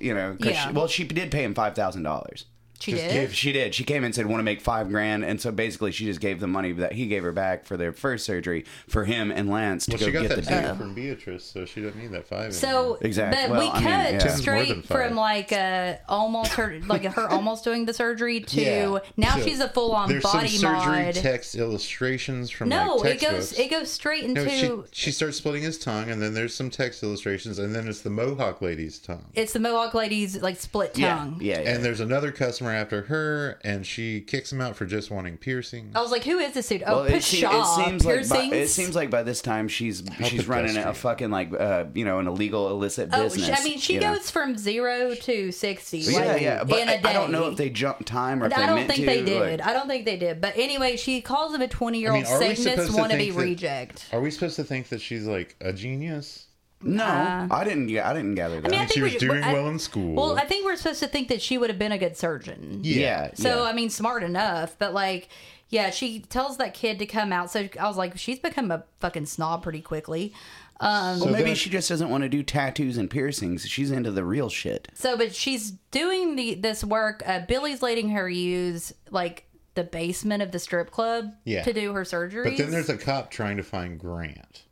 Speaker 2: You know, 'cause
Speaker 1: Yeah.
Speaker 2: she, well, she did pay him five thousand dollars.
Speaker 1: she
Speaker 3: just
Speaker 1: did.
Speaker 2: If she did, she came and said, "Want to make five grand," and so basically, she just gave the money that he gave her back for their first surgery for him and Lance to
Speaker 3: Well,
Speaker 2: go
Speaker 3: she got
Speaker 2: get
Speaker 3: that
Speaker 2: the
Speaker 3: too
Speaker 2: deal.
Speaker 3: from Beatrice, so she doesn't need that five.
Speaker 1: So
Speaker 3: anymore.
Speaker 2: Exactly.
Speaker 1: But
Speaker 2: Well,
Speaker 1: we
Speaker 2: I
Speaker 1: cut
Speaker 2: mean, yeah. Tim's
Speaker 3: more than
Speaker 1: straight
Speaker 3: five.
Speaker 1: from like uh, almost her like her almost doing the surgery to
Speaker 2: Yeah.
Speaker 1: now
Speaker 3: So
Speaker 1: she's a full on
Speaker 3: There's
Speaker 1: um, body
Speaker 3: some surgery
Speaker 1: mod.
Speaker 3: text illustrations from
Speaker 1: no,
Speaker 3: like,
Speaker 1: it goes
Speaker 3: textbooks.
Speaker 1: it goes straight into
Speaker 3: No, she, she starts splitting his tongue, and then there's some text illustrations, and then it's the Mohawk lady's tongue.
Speaker 1: it's the Mohawk lady's like split
Speaker 2: Yeah,
Speaker 1: tongue.
Speaker 2: yeah, yeah.
Speaker 3: And there's another cuss customer after her, and she kicks him out for just wanting piercings.
Speaker 1: I was like, who is this dude? Oh,
Speaker 2: it, se-
Speaker 1: Pshaw.
Speaker 2: it seems like by,
Speaker 1: piercings.
Speaker 2: it seems like by this time she's she's running a
Speaker 3: pedestrian.
Speaker 2: fucking like uh, you know an illegal illicit
Speaker 1: Oh,
Speaker 2: business.
Speaker 1: she- I mean, she
Speaker 2: you know?
Speaker 1: goes from zero to sixty.
Speaker 2: Yeah,
Speaker 1: like,
Speaker 2: yeah, but
Speaker 1: in a
Speaker 2: I
Speaker 1: day.
Speaker 2: I don't know if they jumped time or if
Speaker 1: I
Speaker 2: they
Speaker 1: don't
Speaker 2: meant
Speaker 1: think
Speaker 2: to,
Speaker 1: they
Speaker 2: like-
Speaker 1: did. I don't think they did. But anyway, she calls him a twenty-year-old
Speaker 3: I mean, are we
Speaker 1: Satanist
Speaker 3: supposed to
Speaker 1: wannabe
Speaker 3: think that-
Speaker 1: reject.
Speaker 3: Are we supposed to think that she's like a genius?
Speaker 2: no, I didn't. ga- I didn't gather that.
Speaker 1: mean, Uh, I
Speaker 3: She
Speaker 1: think
Speaker 3: was
Speaker 1: we-
Speaker 3: doing
Speaker 1: I-
Speaker 3: well in school.
Speaker 1: Well, I think we're supposed to think that she would have been a good surgeon.
Speaker 2: yeah.
Speaker 1: So um,
Speaker 2: yeah.
Speaker 1: I mean, smart enough, but like, yeah, she tells that kid to come out. So I was like, she's become a fucking snob pretty quickly. Um,
Speaker 2: well, maybe
Speaker 3: then-
Speaker 2: she just doesn't want to do tattoos and piercings. She's into the real shit.
Speaker 1: so, but she's doing the this work. Uh, Billy's letting her use like the basement of the strip club
Speaker 3: Yeah.
Speaker 1: to do her surgeries.
Speaker 3: But then there's a cop trying to find Grant.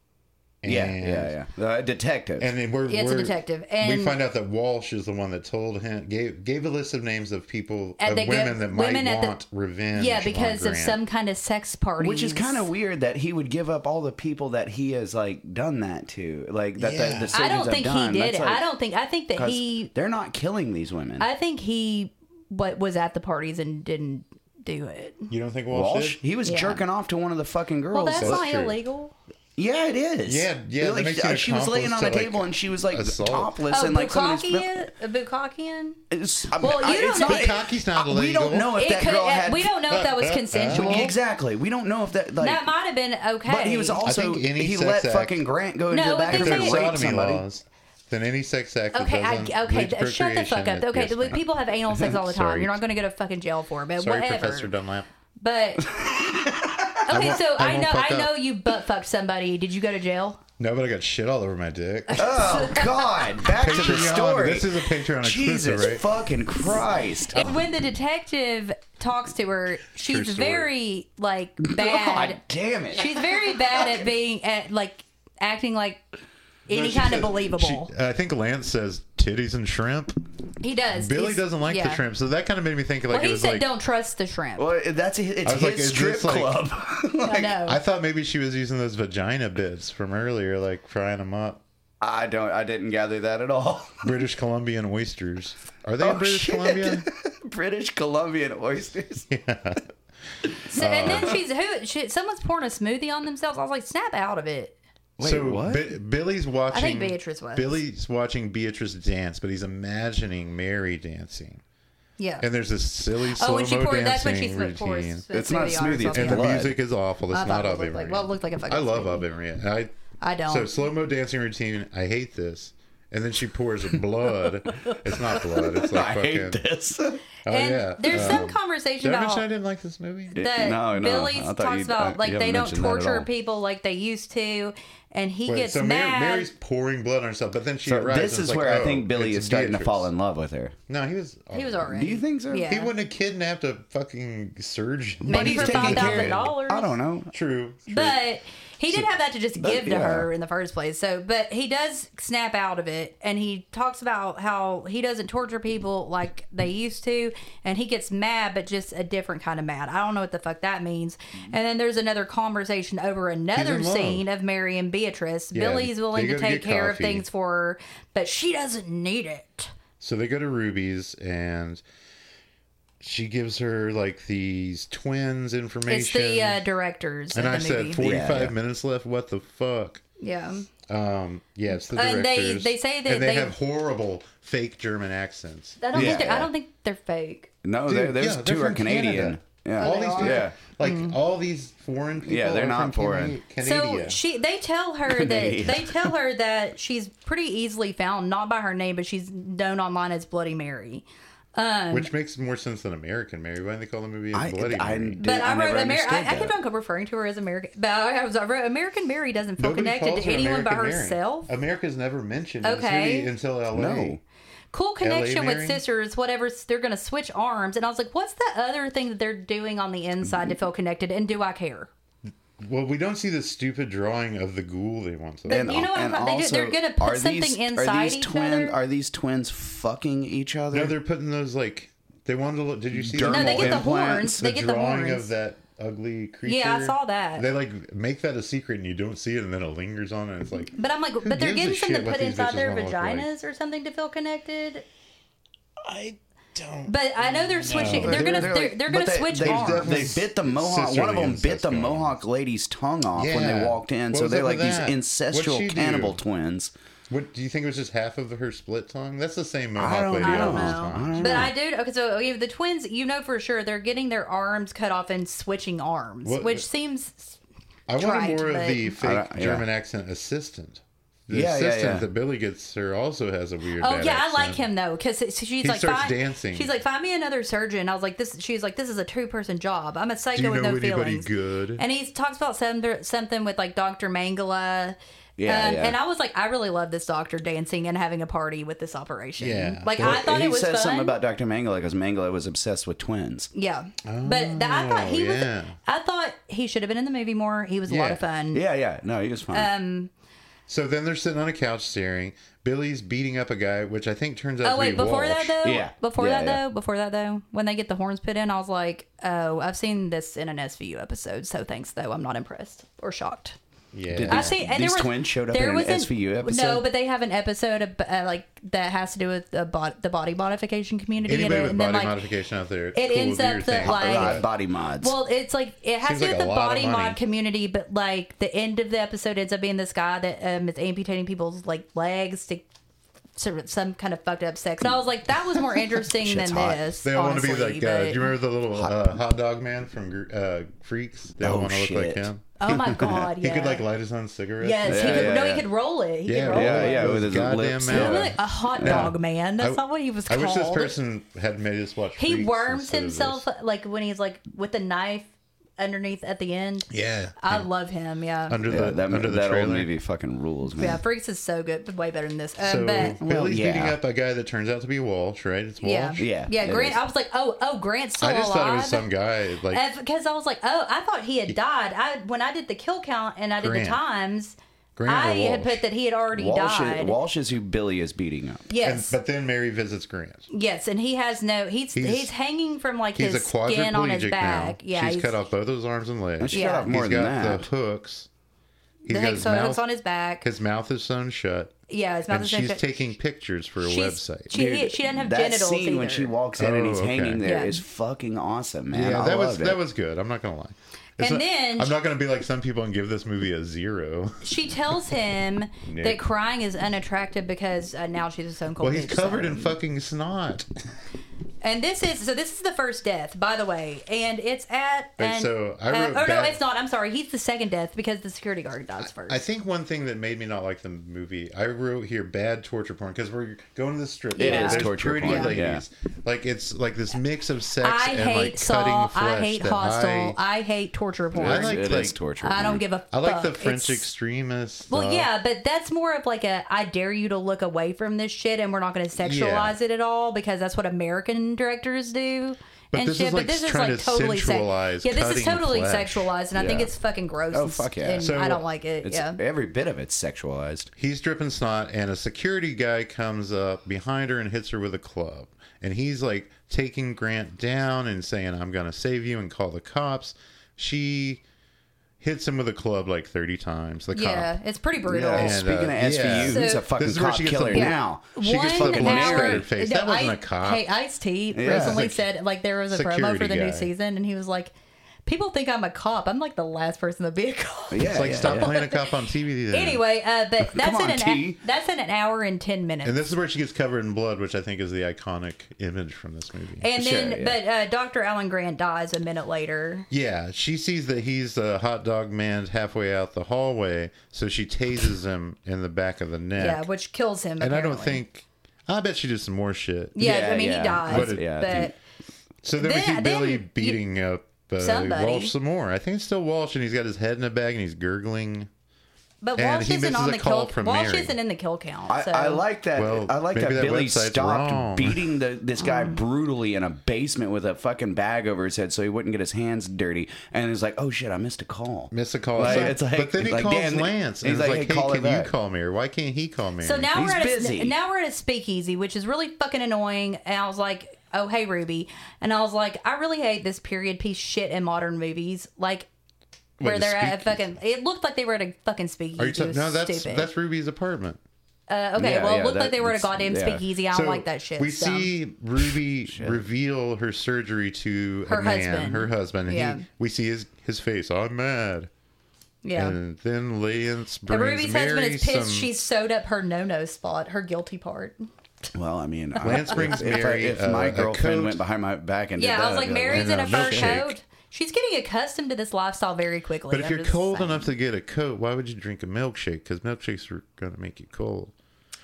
Speaker 3: And,
Speaker 2: Yeah, yeah, yeah. Uh, detective.
Speaker 3: And then we're,
Speaker 1: Yeah, it's a
Speaker 3: we're-
Speaker 1: detective,
Speaker 3: we
Speaker 1: and-
Speaker 3: find out that Walsh is the one that told him gave gave a list of names of people
Speaker 1: And
Speaker 3: of
Speaker 1: they
Speaker 3: women
Speaker 1: give-
Speaker 3: that might
Speaker 1: women at the-
Speaker 3: want revenge.
Speaker 1: yeah
Speaker 3: on
Speaker 1: because of
Speaker 3: Grant.
Speaker 1: some kind of sex party,
Speaker 2: which is kind of weird that he would give up all the people that he has like done that to, like that
Speaker 3: Yeah.
Speaker 2: the, the
Speaker 1: I
Speaker 2: surgeons
Speaker 1: don't
Speaker 2: have
Speaker 1: think
Speaker 2: done.
Speaker 1: he did
Speaker 2: That's
Speaker 1: it.
Speaker 2: like-
Speaker 1: I don't think. I think that
Speaker 2: 'cause
Speaker 1: he.
Speaker 2: They're not killing these women.
Speaker 1: I think he. What was at the parties and didn't do it.
Speaker 3: You don't think Walsh?
Speaker 2: Walsh,
Speaker 3: did?
Speaker 2: he was
Speaker 1: Yeah.
Speaker 2: jerking off to one of the fucking
Speaker 1: Well,
Speaker 2: girls.
Speaker 1: that's
Speaker 2: that-
Speaker 1: not
Speaker 3: true.
Speaker 1: illegal.
Speaker 2: yeah, it is.
Speaker 3: Yeah, yeah, that
Speaker 2: Like,
Speaker 3: makes you
Speaker 2: uh,
Speaker 3: an
Speaker 2: she was laying on a
Speaker 3: accomplice to,
Speaker 2: table
Speaker 3: like,
Speaker 2: and she was like
Speaker 3: assault.
Speaker 2: topless
Speaker 1: Oh,
Speaker 2: and like somebody's.
Speaker 1: Bukakian? Bukakian?
Speaker 2: It's, I mean,
Speaker 1: Well, you
Speaker 2: I-
Speaker 1: don't
Speaker 2: it's
Speaker 1: know-
Speaker 2: not-
Speaker 3: Bukaki's not
Speaker 2: We don't
Speaker 3: illegal.
Speaker 2: know if
Speaker 1: It
Speaker 2: that
Speaker 1: could-
Speaker 2: girl
Speaker 1: uh,
Speaker 2: had.
Speaker 1: we don't know if that was
Speaker 3: <laughs> Uh, uh, uh.
Speaker 1: consensual.
Speaker 2: Exactly. We don't know if that like.
Speaker 1: That might have been okay.
Speaker 2: but he was also
Speaker 3: think any
Speaker 2: he
Speaker 3: sex
Speaker 2: let
Speaker 3: act-
Speaker 2: fucking Grant go into
Speaker 1: No,
Speaker 2: the
Speaker 1: I
Speaker 2: back
Speaker 1: think
Speaker 2: and
Speaker 1: they-
Speaker 2: rape
Speaker 3: sodomy
Speaker 2: somebody.
Speaker 3: laws than any sex act. that
Speaker 1: Okay, I,
Speaker 3: doesn't
Speaker 1: okay,
Speaker 3: lead to
Speaker 1: th- shut the fuck
Speaker 3: procreation.
Speaker 1: up. Okay,
Speaker 3: Yes,
Speaker 1: th-
Speaker 3: ma'am.
Speaker 1: people have anal sex
Speaker 3: <laughs>
Speaker 1: all the time.
Speaker 3: Sorry.
Speaker 1: You're not going to go to fucking jail for it, but
Speaker 3: Sorry,
Speaker 1: whatever.
Speaker 3: Professor Dunlap.
Speaker 1: But <laughs> okay,
Speaker 3: won't-
Speaker 1: so
Speaker 3: <laughs> I
Speaker 1: I
Speaker 3: won't
Speaker 1: know
Speaker 3: fuck
Speaker 1: I
Speaker 3: up. Oh.
Speaker 1: know you butt fucked somebody. Did you go to jail?
Speaker 3: No, but I got shit all over my dick.
Speaker 2: Oh God! Back to the
Speaker 3: Patreon.
Speaker 2: story.
Speaker 3: This is a Patreon exclusive,
Speaker 2: Jesus
Speaker 3: right?
Speaker 2: fucking Christ!
Speaker 1: And when the detective talks to her,
Speaker 3: True
Speaker 1: she's
Speaker 3: story. Oh
Speaker 1: very
Speaker 3: <laughs>
Speaker 1: like
Speaker 2: God
Speaker 1: bad.
Speaker 2: damn it!
Speaker 1: she's very bad at being at like acting like any
Speaker 3: she
Speaker 1: kind
Speaker 3: said-
Speaker 1: of believable.
Speaker 3: She- I think Lance says titties and shrimp.
Speaker 1: he does.
Speaker 3: Billy
Speaker 1: He's-
Speaker 3: doesn't like
Speaker 1: yeah.
Speaker 3: the shrimp, so that kind of made me think like
Speaker 1: Well,
Speaker 3: it
Speaker 1: he
Speaker 3: was
Speaker 1: said
Speaker 3: like
Speaker 1: don't trust the shrimp.
Speaker 2: Well, that's his, it's
Speaker 3: I
Speaker 2: his
Speaker 3: was like, is
Speaker 2: strip
Speaker 3: this, like-
Speaker 2: club.
Speaker 1: I know.
Speaker 3: I thought maybe she was using those vagina bits from earlier, like frying them up.
Speaker 2: <laughs> I don't. I didn't gather that at
Speaker 3: <laughs>
Speaker 2: all.
Speaker 3: British Columbian oysters. Are they
Speaker 2: Oh,
Speaker 3: in British
Speaker 2: shit.
Speaker 3: Columbia?
Speaker 2: British Columbian oysters.
Speaker 1: So, and then
Speaker 3: Uh.
Speaker 1: she's who? She, someone's pouring a smoothie on themselves. I was like, snap out of it.
Speaker 2: <laughs> Wait,
Speaker 3: so
Speaker 2: what?
Speaker 3: Bi- Billy's watching.
Speaker 1: Beatrice was.
Speaker 3: Billy's watching Beatrice dance, but he's imagining Mary dancing.
Speaker 1: Yeah.
Speaker 3: And there's this silly slow
Speaker 1: oh,
Speaker 3: mo
Speaker 1: when she poured,
Speaker 3: dancing
Speaker 1: that's when she
Speaker 3: routine.
Speaker 1: sm- pours. s-
Speaker 2: It's not
Speaker 1: on
Speaker 2: smoothie,
Speaker 1: herself.
Speaker 2: it's
Speaker 1: Yeah.
Speaker 3: and the
Speaker 2: blood.
Speaker 3: music is awful. It's
Speaker 1: I
Speaker 3: not
Speaker 1: thought it
Speaker 3: Ave
Speaker 1: looked
Speaker 3: Maria.
Speaker 1: like, well, it looked like a fucking.
Speaker 3: I love
Speaker 1: smoothie.
Speaker 3: Ave Maria. I
Speaker 1: I don't.
Speaker 3: So slow mo dancing routine. I hate this. And then she pours
Speaker 1: <laughs>
Speaker 3: blood. it's not blood. It's like
Speaker 2: I
Speaker 3: fucking.
Speaker 2: hate this.
Speaker 3: Oh
Speaker 1: and
Speaker 3: yeah.
Speaker 1: there's
Speaker 3: Uh,
Speaker 1: some
Speaker 3: Did
Speaker 1: conversation
Speaker 3: I mention I
Speaker 1: about
Speaker 3: didn't like this movie?
Speaker 1: that
Speaker 2: No, no,
Speaker 1: Billy
Speaker 2: I thought
Speaker 1: talks
Speaker 2: you-
Speaker 1: about
Speaker 2: I-
Speaker 1: like
Speaker 2: you
Speaker 1: they
Speaker 2: haven't
Speaker 1: don't
Speaker 2: mentioned that at
Speaker 1: torture
Speaker 2: all.
Speaker 1: people like they used to, and he
Speaker 3: Wait,
Speaker 1: gets
Speaker 3: so Mary,
Speaker 1: mad.
Speaker 3: Mary's pouring blood on herself, but then she
Speaker 2: So
Speaker 3: arrives.
Speaker 2: this
Speaker 3: and
Speaker 2: is
Speaker 3: it's
Speaker 2: where
Speaker 3: like,
Speaker 2: I
Speaker 3: oh,
Speaker 2: think Billy
Speaker 3: it's
Speaker 2: is starting to
Speaker 3: Beatrice.
Speaker 2: fall in love with her.
Speaker 3: No, he was.
Speaker 1: he was already.
Speaker 2: Do you think so?
Speaker 1: Yeah.
Speaker 3: He wouldn't have kidnapped a fucking surgeon.
Speaker 1: Maybe
Speaker 2: he's
Speaker 1: for
Speaker 2: taking
Speaker 1: five
Speaker 2: care
Speaker 1: thousand
Speaker 2: of-
Speaker 1: dollars.
Speaker 2: I don't know.
Speaker 3: True. true.
Speaker 1: But he did have that to just give to
Speaker 2: yeah.
Speaker 1: her in the first place. So, but he does snap out of it, and he talks about how he doesn't torture people like they used to, and he gets mad, but just a different kind of mad. I don't know what the fuck that means. And then there's another conversation over another
Speaker 3: Mm-hmm. in love.
Speaker 1: scene of Mary and Beatrice.
Speaker 3: Yeah,
Speaker 1: Billy's willing to
Speaker 3: they go to
Speaker 1: take
Speaker 3: get
Speaker 1: care of
Speaker 3: coffee.
Speaker 1: things for her, but she doesn't need it.
Speaker 3: so they go to Ruby's and she gives her like these twins information.
Speaker 1: It's the uh, directors
Speaker 3: and
Speaker 1: of
Speaker 3: I
Speaker 1: the
Speaker 3: said
Speaker 1: movie.
Speaker 3: 45
Speaker 2: Yeah, yeah.
Speaker 3: minutes left. What the fuck?
Speaker 1: yeah.
Speaker 3: Um, yeah, it's the
Speaker 1: And
Speaker 3: directors.
Speaker 1: they- they say that
Speaker 3: and they,
Speaker 1: they-
Speaker 3: have horrible fake German accents.
Speaker 1: I don't
Speaker 2: Yeah,
Speaker 1: think they're, I
Speaker 2: yeah.
Speaker 1: don't think they're fake.
Speaker 2: No,
Speaker 3: Dude,
Speaker 2: there, there's
Speaker 3: yeah, they're
Speaker 2: two are
Speaker 3: from
Speaker 2: Canadian.
Speaker 3: Canada.
Speaker 2: Yeah,
Speaker 3: all these people,
Speaker 2: yeah.
Speaker 3: like all these foreign people.
Speaker 2: Yeah, they're
Speaker 3: are
Speaker 2: not
Speaker 3: from
Speaker 2: foreign.
Speaker 3: Canada.
Speaker 1: Mm-hmm. So she, they tell
Speaker 3: <laughs>
Speaker 1: her that
Speaker 2: Canadian.
Speaker 1: they tell her that she's pretty easily found, not by her name, but she's known online as Bloody Mary. um,
Speaker 3: Which makes more sense than American Mary. Why do they call the movie
Speaker 2: I-
Speaker 3: Bloody
Speaker 2: I-
Speaker 3: Mary?
Speaker 1: But
Speaker 2: Yeah,
Speaker 1: I, wrote
Speaker 2: I
Speaker 1: Amer-
Speaker 2: never
Speaker 1: I,
Speaker 2: understood
Speaker 1: I kept
Speaker 2: that.
Speaker 1: on referring to her as American. But I, I was I wrote American Mary doesn't feel
Speaker 3: Nobody
Speaker 1: connected
Speaker 3: calls
Speaker 1: to
Speaker 3: her
Speaker 1: anyone but
Speaker 3: American Mary. Uh,
Speaker 1: herself.
Speaker 3: America's never mentioned
Speaker 1: Okay.
Speaker 3: in this movie until LA.
Speaker 2: No.
Speaker 1: Cool connection with
Speaker 3: Mary?
Speaker 1: sisters, whatever. s- They're gonna switch arms, and I was like, what's the other thing that they're doing on the inside to feel connected? And do I care?
Speaker 3: Well, we don't see the stupid drawing of the ghoul they once.
Speaker 1: But- you know what I'm- they do- they're gonna put
Speaker 2: are
Speaker 1: something
Speaker 2: these,
Speaker 1: inside
Speaker 2: are these
Speaker 1: each
Speaker 2: twin,
Speaker 1: other?
Speaker 2: Are these twins fucking each other?
Speaker 3: no, they're putting those like they wanted to look. Did you see
Speaker 2: Dermal
Speaker 1: No, they get the
Speaker 2: implants,
Speaker 1: horns.
Speaker 3: the
Speaker 1: They get the
Speaker 3: drawing
Speaker 1: horns.
Speaker 3: of that ugly creature?
Speaker 1: Yeah, I saw that.
Speaker 3: They like make that a secret, and you don't see it, and then it lingers on, and it's like
Speaker 1: But I'm like, but they're
Speaker 3: gives a
Speaker 1: getting
Speaker 3: shit
Speaker 1: something
Speaker 3: what
Speaker 1: put
Speaker 3: these
Speaker 1: inside
Speaker 3: bitches
Speaker 1: their
Speaker 3: wanna look like?
Speaker 1: vaginas or something to feel connected.
Speaker 3: I don't.
Speaker 1: But I know they're switching. They're, gonna they're, they're, gonna
Speaker 2: but they-
Speaker 1: switch
Speaker 2: they,
Speaker 1: arms.
Speaker 2: They bit the mohawk. One of
Speaker 3: Sisterly
Speaker 2: them bit the
Speaker 3: incest going on.
Speaker 2: mohawk lady's tongue off when they
Speaker 3: Yeah.
Speaker 2: walked in,
Speaker 3: What
Speaker 2: so
Speaker 3: was
Speaker 2: they're
Speaker 3: up
Speaker 2: like
Speaker 3: with
Speaker 2: these
Speaker 3: that? What'd
Speaker 2: ancestral
Speaker 3: she do?
Speaker 2: cannibal twins.
Speaker 3: What do you think? It was just half of her split tongue. That's the same Mohawk
Speaker 2: don't
Speaker 3: lady.
Speaker 2: know.
Speaker 1: I don't
Speaker 3: all this
Speaker 1: know.
Speaker 3: time.
Speaker 1: But I do. Okay, so okay, the twins, you know for sure, they're getting their arms cut off and switching arms,
Speaker 3: What- uh,
Speaker 1: which seems.
Speaker 3: I
Speaker 1: Tried,
Speaker 3: wanted more
Speaker 1: but-
Speaker 3: of the fake
Speaker 2: I don't- yeah.
Speaker 3: German accent assistant. The
Speaker 2: Yeah, yeah,
Speaker 3: assistant
Speaker 2: yeah.
Speaker 3: that Billy gets her also has a weird.
Speaker 1: Oh
Speaker 3: bad
Speaker 1: yeah, I like
Speaker 3: accent.
Speaker 1: him though, because she's like,
Speaker 3: starts
Speaker 1: find,
Speaker 3: dancing.
Speaker 1: She's like, find me another surgeon. I was like, this. She's like, this is a two-person job. I'm a psycho
Speaker 3: Do you
Speaker 1: with
Speaker 3: know
Speaker 1: no
Speaker 3: anybody
Speaker 1: feelings.
Speaker 3: good?
Speaker 1: And he talks about some, something with like Dr. Mangala.
Speaker 2: Yeah,
Speaker 1: um,
Speaker 2: yeah.
Speaker 1: And I was like, I really love this doctor dancing and having a party with this operation.
Speaker 3: Yeah.
Speaker 1: Like, I
Speaker 2: Well,
Speaker 1: thought
Speaker 2: he
Speaker 1: it was
Speaker 2: said
Speaker 1: fun.
Speaker 2: something about Dr. Mangala because Mangala was obsessed with twins.
Speaker 1: yeah.
Speaker 2: Oh,
Speaker 1: but th- I thought he
Speaker 3: yeah.
Speaker 1: was, I thought he should have been in the movie more. He was a lot
Speaker 3: Yeah.
Speaker 1: of fun.
Speaker 2: Yeah, yeah. No, he was fine.
Speaker 1: Um,
Speaker 3: So then they're sitting on a couch staring. Billy's beating up a guy, which I think turns out.
Speaker 1: oh
Speaker 3: to
Speaker 1: wait,
Speaker 3: be
Speaker 1: before
Speaker 3: Walsh.
Speaker 1: that though,
Speaker 2: Yeah.
Speaker 1: before
Speaker 2: Yeah,
Speaker 1: that
Speaker 2: yeah.
Speaker 1: though, before that though, when they get the horns put in, I was like, oh, I've seen this in an SVU episode, so thanks though, I'm not impressed or shocked.
Speaker 3: Yeah.
Speaker 2: Did
Speaker 1: I've seen and
Speaker 2: These
Speaker 1: there was,
Speaker 2: twins showed up
Speaker 1: there
Speaker 2: in an
Speaker 1: was
Speaker 2: SVU episode?
Speaker 1: No, but they have an episode of, uh, like that has to do with the, bod- the body modification community. in
Speaker 3: Anybody
Speaker 1: it,
Speaker 3: with
Speaker 1: and
Speaker 3: body
Speaker 1: then, like,
Speaker 3: modification out there? It
Speaker 1: ends up that, like-
Speaker 2: Right, body mods.
Speaker 1: Well, it's like it has
Speaker 3: Seems
Speaker 1: to do
Speaker 3: like
Speaker 1: with the
Speaker 3: a lot of
Speaker 1: body
Speaker 3: money.
Speaker 1: mod community, but like the end of the episode ends up being this guy that um, is amputating people's like legs to sort of some kind of fucked up sex. And I was like, that was
Speaker 2: <laughs>
Speaker 1: more interesting
Speaker 2: Shit's
Speaker 1: than
Speaker 2: hot.
Speaker 1: this.
Speaker 3: They all want to be
Speaker 1: honestly,
Speaker 3: like. Uh, do
Speaker 1: but-
Speaker 3: you remember the little uh, hot dog man from Gr- uh, Freaks? They all
Speaker 2: Oh,
Speaker 3: want to look like
Speaker 2: shit.
Speaker 3: him.
Speaker 1: oh
Speaker 3: <laughs>
Speaker 1: my god,
Speaker 3: He
Speaker 1: yeah.
Speaker 3: could like light his own cigarette.
Speaker 1: Yes,
Speaker 2: Yeah,
Speaker 1: he could,
Speaker 2: yeah,
Speaker 1: no,
Speaker 2: yeah.
Speaker 1: he could roll it. He
Speaker 3: Yeah,
Speaker 1: could roll
Speaker 2: yeah,
Speaker 1: it.
Speaker 2: yeah,
Speaker 3: With
Speaker 2: with his
Speaker 3: goddamn
Speaker 2: lips.
Speaker 3: mouth.
Speaker 1: He was
Speaker 2: Yeah.
Speaker 1: like a hot dog man. That's not what he was
Speaker 3: I
Speaker 1: called.
Speaker 3: wish this person had made us watch.
Speaker 1: he
Speaker 3: Freaks
Speaker 1: worms
Speaker 3: instead of this.
Speaker 1: himself like when he's like with the knife underneath at the end.
Speaker 3: Yeah.
Speaker 1: I love him. Yeah.
Speaker 3: under
Speaker 2: Yeah,
Speaker 3: the
Speaker 2: that
Speaker 3: under the
Speaker 2: that
Speaker 3: trailer.
Speaker 2: old movie fucking rules, man.
Speaker 1: yeah, Freaks is so good, but way better than this. Um,
Speaker 3: So
Speaker 1: but
Speaker 2: Well,
Speaker 3: Billy's
Speaker 2: yeah.
Speaker 3: beating up a guy that turns out to be Walsh, right? It's Walsh.
Speaker 1: Yeah.
Speaker 2: Yeah,
Speaker 1: Yeah.
Speaker 2: it
Speaker 1: Grant,
Speaker 2: is.
Speaker 1: I was like, oh, oh, Grant's still
Speaker 3: I just
Speaker 1: alive.
Speaker 3: thought it was some guy like
Speaker 1: because I was like, oh, I thought he had died. I when I did the kill count and I did
Speaker 3: Grant.
Speaker 1: the times,
Speaker 3: Grant
Speaker 1: I
Speaker 3: or Walsh.
Speaker 1: had put that he had already
Speaker 2: Walsh,
Speaker 1: died.
Speaker 2: is, Walsh is who Billy is beating up.
Speaker 3: and,
Speaker 1: yes,
Speaker 3: but then Mary visits Grant.
Speaker 1: yes, and he has no. He's he's,
Speaker 3: He's-
Speaker 1: hanging from like
Speaker 3: He's
Speaker 1: his
Speaker 3: a
Speaker 1: skin on his
Speaker 3: quadriplegic now.
Speaker 1: back. Yeah,
Speaker 3: she's
Speaker 1: he's,
Speaker 3: cut off both of his arms and
Speaker 2: And
Speaker 3: legs.
Speaker 2: she
Speaker 1: Yeah.
Speaker 2: got off more
Speaker 3: He's
Speaker 2: than
Speaker 3: got
Speaker 2: that.
Speaker 3: the hooks. He's
Speaker 1: The
Speaker 3: got
Speaker 1: hooks
Speaker 3: his
Speaker 1: so hooks
Speaker 3: mouth.
Speaker 1: on his back.
Speaker 3: his mouth is sewn shut,
Speaker 1: Yeah, his mouth
Speaker 3: and
Speaker 1: is in
Speaker 3: she's
Speaker 1: shut.
Speaker 3: taking pictures for a
Speaker 1: She's-
Speaker 3: website.
Speaker 1: She
Speaker 2: Dude,
Speaker 1: she doesn't have
Speaker 2: that
Speaker 1: genitals
Speaker 2: scene when
Speaker 1: either.
Speaker 2: she walks in and
Speaker 3: Oh,
Speaker 2: he's
Speaker 3: okay.
Speaker 2: hanging there is
Speaker 1: Yeah.
Speaker 2: fucking awesome, man.
Speaker 3: yeah,
Speaker 2: I
Speaker 3: that was
Speaker 2: loved it.
Speaker 3: that was good. I'm not gonna lie. It's
Speaker 1: And
Speaker 3: not-
Speaker 1: then
Speaker 3: I'm
Speaker 1: she-
Speaker 3: not gonna be like some people and give this movie a zero.
Speaker 1: She tells
Speaker 3: <laughs>
Speaker 1: him
Speaker 3: Nick.
Speaker 1: that crying is unattractive because uh, now she's a stone cold.
Speaker 3: Well, he's
Speaker 1: bitch,
Speaker 3: covered
Speaker 1: so.
Speaker 3: in fucking snot.
Speaker 1: And this is so. This is the first death, by the way, and it's at.
Speaker 3: Wait,
Speaker 1: and,
Speaker 3: so I
Speaker 1: uh,
Speaker 3: wrote
Speaker 1: oh
Speaker 3: back-
Speaker 1: no, it's not. I'm sorry. He's the second death because the security guard dies first.
Speaker 3: I think one thing that made me not like the movie, I wrote here bad torture porn because we're going to the strip. club.
Speaker 2: is
Speaker 3: There's
Speaker 2: torture
Speaker 3: pretty
Speaker 2: porn,
Speaker 3: ladies.
Speaker 2: yeah.
Speaker 3: Like it's like this mix of sex
Speaker 1: I
Speaker 3: and
Speaker 1: hate
Speaker 3: like
Speaker 1: Saw.
Speaker 3: cutting flesh.
Speaker 1: I hate
Speaker 3: that
Speaker 1: Hostel.
Speaker 3: I,
Speaker 1: I, hate torture porn.
Speaker 3: I
Speaker 1: I,
Speaker 2: It
Speaker 3: like,
Speaker 2: is
Speaker 3: like-
Speaker 2: torture.
Speaker 1: don't
Speaker 2: porn.
Speaker 1: give a. fuck.
Speaker 3: I like the French
Speaker 1: It's-
Speaker 3: extremists.
Speaker 1: Well, yeah, but that's more of like a I dare you to look away from this shit, and we're not going to sexualize it at all because that's what American directors do.
Speaker 3: But
Speaker 1: and
Speaker 3: this
Speaker 1: shit,
Speaker 3: is
Speaker 1: but
Speaker 3: like
Speaker 1: this is
Speaker 3: trying
Speaker 1: like
Speaker 3: to
Speaker 1: totally
Speaker 3: sensualize
Speaker 1: sexualized. Yeah, this is
Speaker 3: cutting
Speaker 1: totally
Speaker 3: flesh.
Speaker 1: sexualized, and I think
Speaker 2: Yeah.
Speaker 1: it's fucking gross.
Speaker 2: Oh,
Speaker 1: and s-
Speaker 2: fuck yeah.
Speaker 1: And
Speaker 3: So,
Speaker 1: I don't like it.
Speaker 2: It's
Speaker 1: yeah,
Speaker 2: every bit of it sexualized.
Speaker 3: He's dripping snot, and a security guy comes up behind her and hits her with a club. And he's like taking Grant down and saying, I'm going to save you and call the cops. She hits him with a club like 30 times. The
Speaker 1: yeah,
Speaker 3: cop.
Speaker 1: it's pretty brutal.
Speaker 2: Oh,
Speaker 3: And,
Speaker 2: speaking
Speaker 3: uh,
Speaker 2: of SVU,
Speaker 3: yeah.
Speaker 2: who's
Speaker 1: So-
Speaker 2: a fucking
Speaker 3: This is where
Speaker 2: cop
Speaker 3: she gets
Speaker 2: killer
Speaker 3: the-
Speaker 1: Yeah.
Speaker 2: now?
Speaker 3: She gets fucking
Speaker 1: hour-
Speaker 3: lasered in the face. That wasn't
Speaker 1: I-
Speaker 3: a cop.
Speaker 1: Hey, Ice T
Speaker 2: Yeah.
Speaker 1: recently said like there was a promo for
Speaker 3: Security
Speaker 1: the
Speaker 3: guy.
Speaker 1: new season, and he was like, "People think I'm a cop. I'm like the last person to be a cop."
Speaker 2: Yeah,
Speaker 3: It's like,
Speaker 2: yeah,
Speaker 3: stop
Speaker 2: yeah.
Speaker 3: playing a cop on TV. Then.
Speaker 1: <laughs> Anyway, uh, but that's
Speaker 2: on,
Speaker 1: in an
Speaker 2: T.
Speaker 1: that's in an hour and ten minutes.
Speaker 3: And this is where she gets covered in blood, which I think is the iconic image from this movie.
Speaker 1: And
Speaker 2: Sure,
Speaker 1: then,
Speaker 2: yeah.
Speaker 1: but uh, Dr. Alan Grant dies a minute later.
Speaker 3: yeah, she sees that he's a hot dog man halfway out the hallway, so she tases him in the back of the neck.
Speaker 1: Yeah, which kills him.
Speaker 3: and I don't
Speaker 1: apparently.
Speaker 3: think. I bet she did some more shit.
Speaker 1: Yeah,
Speaker 2: Yeah,
Speaker 1: I mean,
Speaker 2: yeah.
Speaker 1: he dies.
Speaker 3: But it-
Speaker 1: But,
Speaker 2: Yeah, I think-
Speaker 3: So then, we
Speaker 1: Then-
Speaker 3: see
Speaker 1: then
Speaker 3: Billy
Speaker 1: you-
Speaker 3: beating up uh,
Speaker 1: Somebody.
Speaker 3: Walsh some more. I think it's still Walsh, and he's got his head in a bag and he's gurgling.
Speaker 1: but
Speaker 3: And
Speaker 1: Walsh
Speaker 3: he
Speaker 1: isn't
Speaker 3: misses
Speaker 1: on
Speaker 3: a
Speaker 1: the
Speaker 3: call
Speaker 1: kill.
Speaker 3: from
Speaker 1: Walsh
Speaker 3: Mary.
Speaker 1: isn't in the kill count.
Speaker 2: I,
Speaker 1: so.
Speaker 2: I like that.
Speaker 3: Well,
Speaker 2: I like that
Speaker 3: maybe that
Speaker 2: Billy
Speaker 3: website's
Speaker 2: stopped
Speaker 3: wrong.
Speaker 2: beating the, this
Speaker 1: Oh.
Speaker 2: guy brutally in a basement with a fucking bag over his head so he wouldn't get his hands dirty. And he's like, "Oh shit, I missed a call."
Speaker 3: Miss a call.
Speaker 2: Like,
Speaker 3: So-
Speaker 2: it's like-
Speaker 3: but then he
Speaker 2: it's like,
Speaker 3: calls
Speaker 2: damn,
Speaker 3: Lance and
Speaker 2: he's
Speaker 3: he's
Speaker 2: like,
Speaker 3: like,
Speaker 2: hey,
Speaker 3: hey,
Speaker 2: call her
Speaker 3: can
Speaker 2: back."
Speaker 3: you call Mary? Why can't he call Mary?
Speaker 1: So now
Speaker 2: He's
Speaker 1: we're at
Speaker 2: busy.
Speaker 1: A, now we're at a speakeasy, which is really fucking annoying. And I was like, "Oh hey Ruby," and I was like, "I really hate this period piece shit in modern movies." Like where
Speaker 3: a
Speaker 1: they're at a
Speaker 3: speakeasy?
Speaker 1: fucking. It looked like they were at a fucking speakeasy.
Speaker 3: Are you
Speaker 1: It
Speaker 3: talking?
Speaker 1: was
Speaker 3: No, that's
Speaker 1: stupid.
Speaker 3: that's Ruby's apartment.
Speaker 1: Uh, okay,
Speaker 2: Yeah,
Speaker 1: well,
Speaker 2: yeah,
Speaker 1: it looked
Speaker 2: that-
Speaker 1: like they were at a
Speaker 2: that's-
Speaker 1: goddamn
Speaker 2: yeah.
Speaker 1: speakeasy. I
Speaker 3: So
Speaker 1: don't like that shit.
Speaker 3: We
Speaker 1: so.
Speaker 3: see
Speaker 2: <laughs>
Speaker 3: Ruby reveal her surgery to
Speaker 1: Her
Speaker 3: a man,
Speaker 1: husband.
Speaker 3: her husband. and
Speaker 1: Yeah.
Speaker 3: He, we see his his face. I'm mad.
Speaker 1: yeah.
Speaker 3: And then Lance
Speaker 1: And
Speaker 3: brings
Speaker 1: Ruby's
Speaker 3: Mary
Speaker 1: husband is pissed.
Speaker 3: some.
Speaker 1: She sewed up her no-no spot, her guilty part.
Speaker 2: Well, I mean, I-
Speaker 3: Lance brings
Speaker 2: if, I-
Speaker 3: Mary,
Speaker 2: if my
Speaker 3: uh, a
Speaker 2: girlfriend
Speaker 3: coat.
Speaker 2: went behind my back and
Speaker 1: Yeah,
Speaker 2: did
Speaker 1: I was
Speaker 2: that,
Speaker 1: like,
Speaker 2: I'd be
Speaker 1: Mary's in
Speaker 3: no,
Speaker 1: a fur
Speaker 3: milkshake.
Speaker 1: coat. She's getting accustomed to this lifestyle very quickly.
Speaker 3: but if
Speaker 1: I'm
Speaker 3: you're
Speaker 1: just
Speaker 3: cold
Speaker 1: saying.
Speaker 3: enough to get a coat, why would you drink a milkshake? Because milkshakes are gonna make you cold.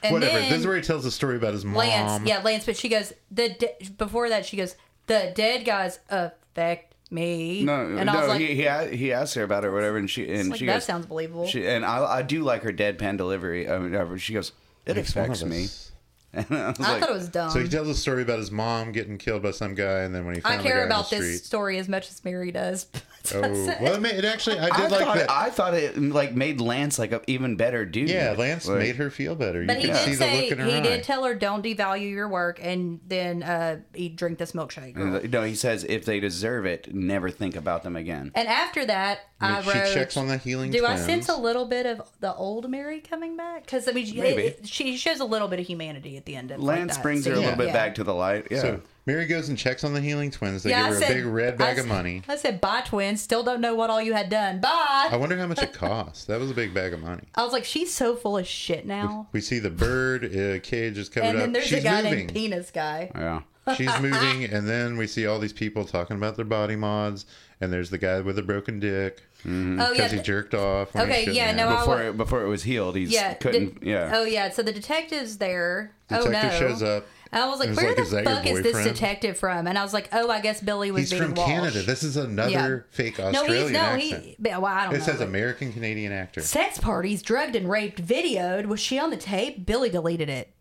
Speaker 1: And
Speaker 3: Whatever.
Speaker 1: then
Speaker 3: This is where he tells the story about his mom.
Speaker 1: Lance, yeah, Lance. But she goes the de- before that she goes the dead guys affect me.
Speaker 2: No,
Speaker 1: and
Speaker 2: no,
Speaker 1: I was like,
Speaker 2: he, he a- he asked her about it or whatever, and she and
Speaker 1: like,
Speaker 2: she
Speaker 1: that
Speaker 2: goes,
Speaker 1: sounds believable.
Speaker 2: She, and I, I do like her deadpan delivery. I mean, uh, she goes, it
Speaker 3: Makes fun
Speaker 2: affects
Speaker 3: of
Speaker 2: me.
Speaker 3: us.
Speaker 2: <laughs> And I was
Speaker 1: I
Speaker 2: like,
Speaker 1: thought it was dumb.
Speaker 3: So he tells a story about his mom getting killed by some guy, and then when
Speaker 1: I
Speaker 3: he found the guy
Speaker 1: care
Speaker 3: on the
Speaker 1: about this <laughs>
Speaker 3: street.
Speaker 1: story as much as Mary does. <laughs>
Speaker 3: Oh, well, it, ma- it actually, I
Speaker 2: I,
Speaker 3: did like
Speaker 2: thought,
Speaker 3: that.
Speaker 2: I thought it like made Lance like an even better dude.
Speaker 3: yeah, Lance
Speaker 2: Like,
Speaker 3: made her feel better. You
Speaker 1: But he
Speaker 3: can see
Speaker 1: did
Speaker 3: the look
Speaker 1: say
Speaker 3: in her
Speaker 1: he
Speaker 3: eye.
Speaker 1: did tell her don't devalue your work, and then uh, he drink this milkshake.
Speaker 2: No, he says if they deserve it, never think about them again.
Speaker 1: And after that, I
Speaker 3: And she
Speaker 1: wrote.
Speaker 3: checks on the healing.
Speaker 1: do I
Speaker 3: twins.
Speaker 1: sense a little bit of the old Mary coming back? Because I mean, she-
Speaker 2: Maybe.
Speaker 1: it- she shows a little bit of humanity at the end of like
Speaker 2: Lance
Speaker 1: that
Speaker 2: brings her a
Speaker 1: scene.
Speaker 2: little bit
Speaker 1: Yeah.
Speaker 2: back to the light. Yeah.
Speaker 3: So Mary goes and checks on the healing twins. They
Speaker 1: I
Speaker 3: give her a big red
Speaker 1: I
Speaker 3: bag of
Speaker 1: s-
Speaker 3: money.
Speaker 1: I said, "Bye, twins. Still don't know what all you had done. Bye."
Speaker 3: I wonder how much it costs. That was a big bag of money.
Speaker 1: I was like, "She's so full of shit now."
Speaker 3: We see the bird uh, cage is covered
Speaker 1: And then
Speaker 3: up.
Speaker 1: there's
Speaker 3: She's
Speaker 1: a guy
Speaker 3: moving.
Speaker 1: named Penis Guy.
Speaker 2: yeah.
Speaker 1: <laughs>
Speaker 3: She's moving, and then we see all these people talking about their body mods. And there's the guy with the broken dick
Speaker 2: Mm,
Speaker 1: Oh yeah.
Speaker 3: because he
Speaker 1: th-
Speaker 3: jerked off. When he
Speaker 1: Okay,
Speaker 3: shouldn't
Speaker 1: yeah,
Speaker 3: have.
Speaker 1: no, I
Speaker 2: Before
Speaker 1: wa-
Speaker 2: it, before it was healed, he
Speaker 1: yeah. the-
Speaker 2: couldn't. yeah.
Speaker 1: Oh yeah. So the detective's there. oh
Speaker 3: Detective
Speaker 1: no.
Speaker 3: shows up.
Speaker 1: I was like,
Speaker 3: It's
Speaker 1: "Where
Speaker 3: like, "Is
Speaker 1: the
Speaker 3: that your
Speaker 1: fuck is this
Speaker 3: boyfriend?"
Speaker 1: detective from?" And I was like, "Oh, I guess Billy was
Speaker 3: He's
Speaker 1: being
Speaker 3: from
Speaker 1: Walsh."
Speaker 3: Canada. This is another fake Australian
Speaker 1: no, he's no,
Speaker 3: accent.
Speaker 1: he. Well, I don't
Speaker 3: it
Speaker 1: know.
Speaker 3: says
Speaker 1: but-
Speaker 3: American Canadian actor.
Speaker 1: Sex parties, drugged and raped, videoed. Was she on the tape? Billy deleted it.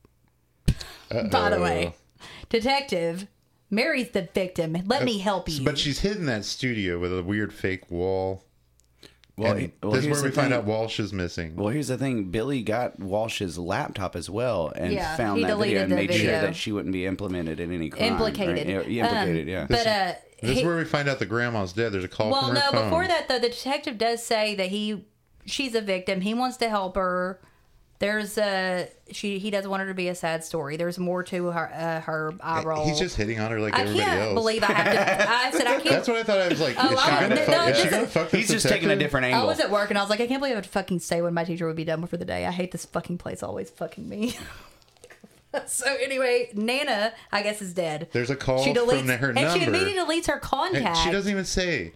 Speaker 1: By the way, detective, Mary's the victim. Let me help you.
Speaker 3: Uh, But she's hidden that studio with a weird fake wall.
Speaker 2: well,
Speaker 3: And
Speaker 2: he- well,
Speaker 3: this is
Speaker 2: here's
Speaker 3: where
Speaker 2: the
Speaker 3: we find
Speaker 2: thing.
Speaker 3: out Walsh is missing.
Speaker 2: Well, here's the thing. Billy got Walsh's laptop as well and
Speaker 1: Yeah,
Speaker 2: found
Speaker 1: he
Speaker 2: that video
Speaker 1: deleted
Speaker 2: and
Speaker 1: the
Speaker 2: made sure
Speaker 1: video.
Speaker 2: that she wouldn't be implemented in any crime. right?
Speaker 1: Implicated.
Speaker 2: Yeah, yeah, implicated, yeah.
Speaker 1: but uh,
Speaker 3: this
Speaker 1: he-
Speaker 3: is where we find out the grandma's dead. There's a call
Speaker 1: well,
Speaker 3: from
Speaker 1: no.
Speaker 3: her phone.
Speaker 1: Before that, though, the detective does say that he, she's a victim. He wants to help her. There's a she. He doesn't want her to be a sad story. There's more to her. Uh, her eye roll.
Speaker 3: He's just hitting on her like
Speaker 1: I
Speaker 3: everybody
Speaker 1: can't
Speaker 3: else.
Speaker 1: believe I have to. I
Speaker 3: <laughs>
Speaker 1: said I can't
Speaker 3: That's what I thought. I was like,
Speaker 1: Oh,
Speaker 3: is she
Speaker 1: I-
Speaker 3: gonna
Speaker 1: no,
Speaker 3: fuck? is she
Speaker 1: this
Speaker 3: gonna
Speaker 1: is-
Speaker 3: fuck this
Speaker 2: He's just taking a
Speaker 3: detective?
Speaker 2: different
Speaker 1: I
Speaker 2: angle.
Speaker 1: was at work and I was like, I can't believe I would fucking say when my teacher would be done for the day. I hate this fucking place always fucking me. <laughs> so anyway, Nana, I guess, is dead.
Speaker 3: There's a call
Speaker 1: she deletes
Speaker 3: from her
Speaker 1: and
Speaker 3: number.
Speaker 1: she immediately deletes her
Speaker 3: and
Speaker 1: contact.
Speaker 3: she doesn't even say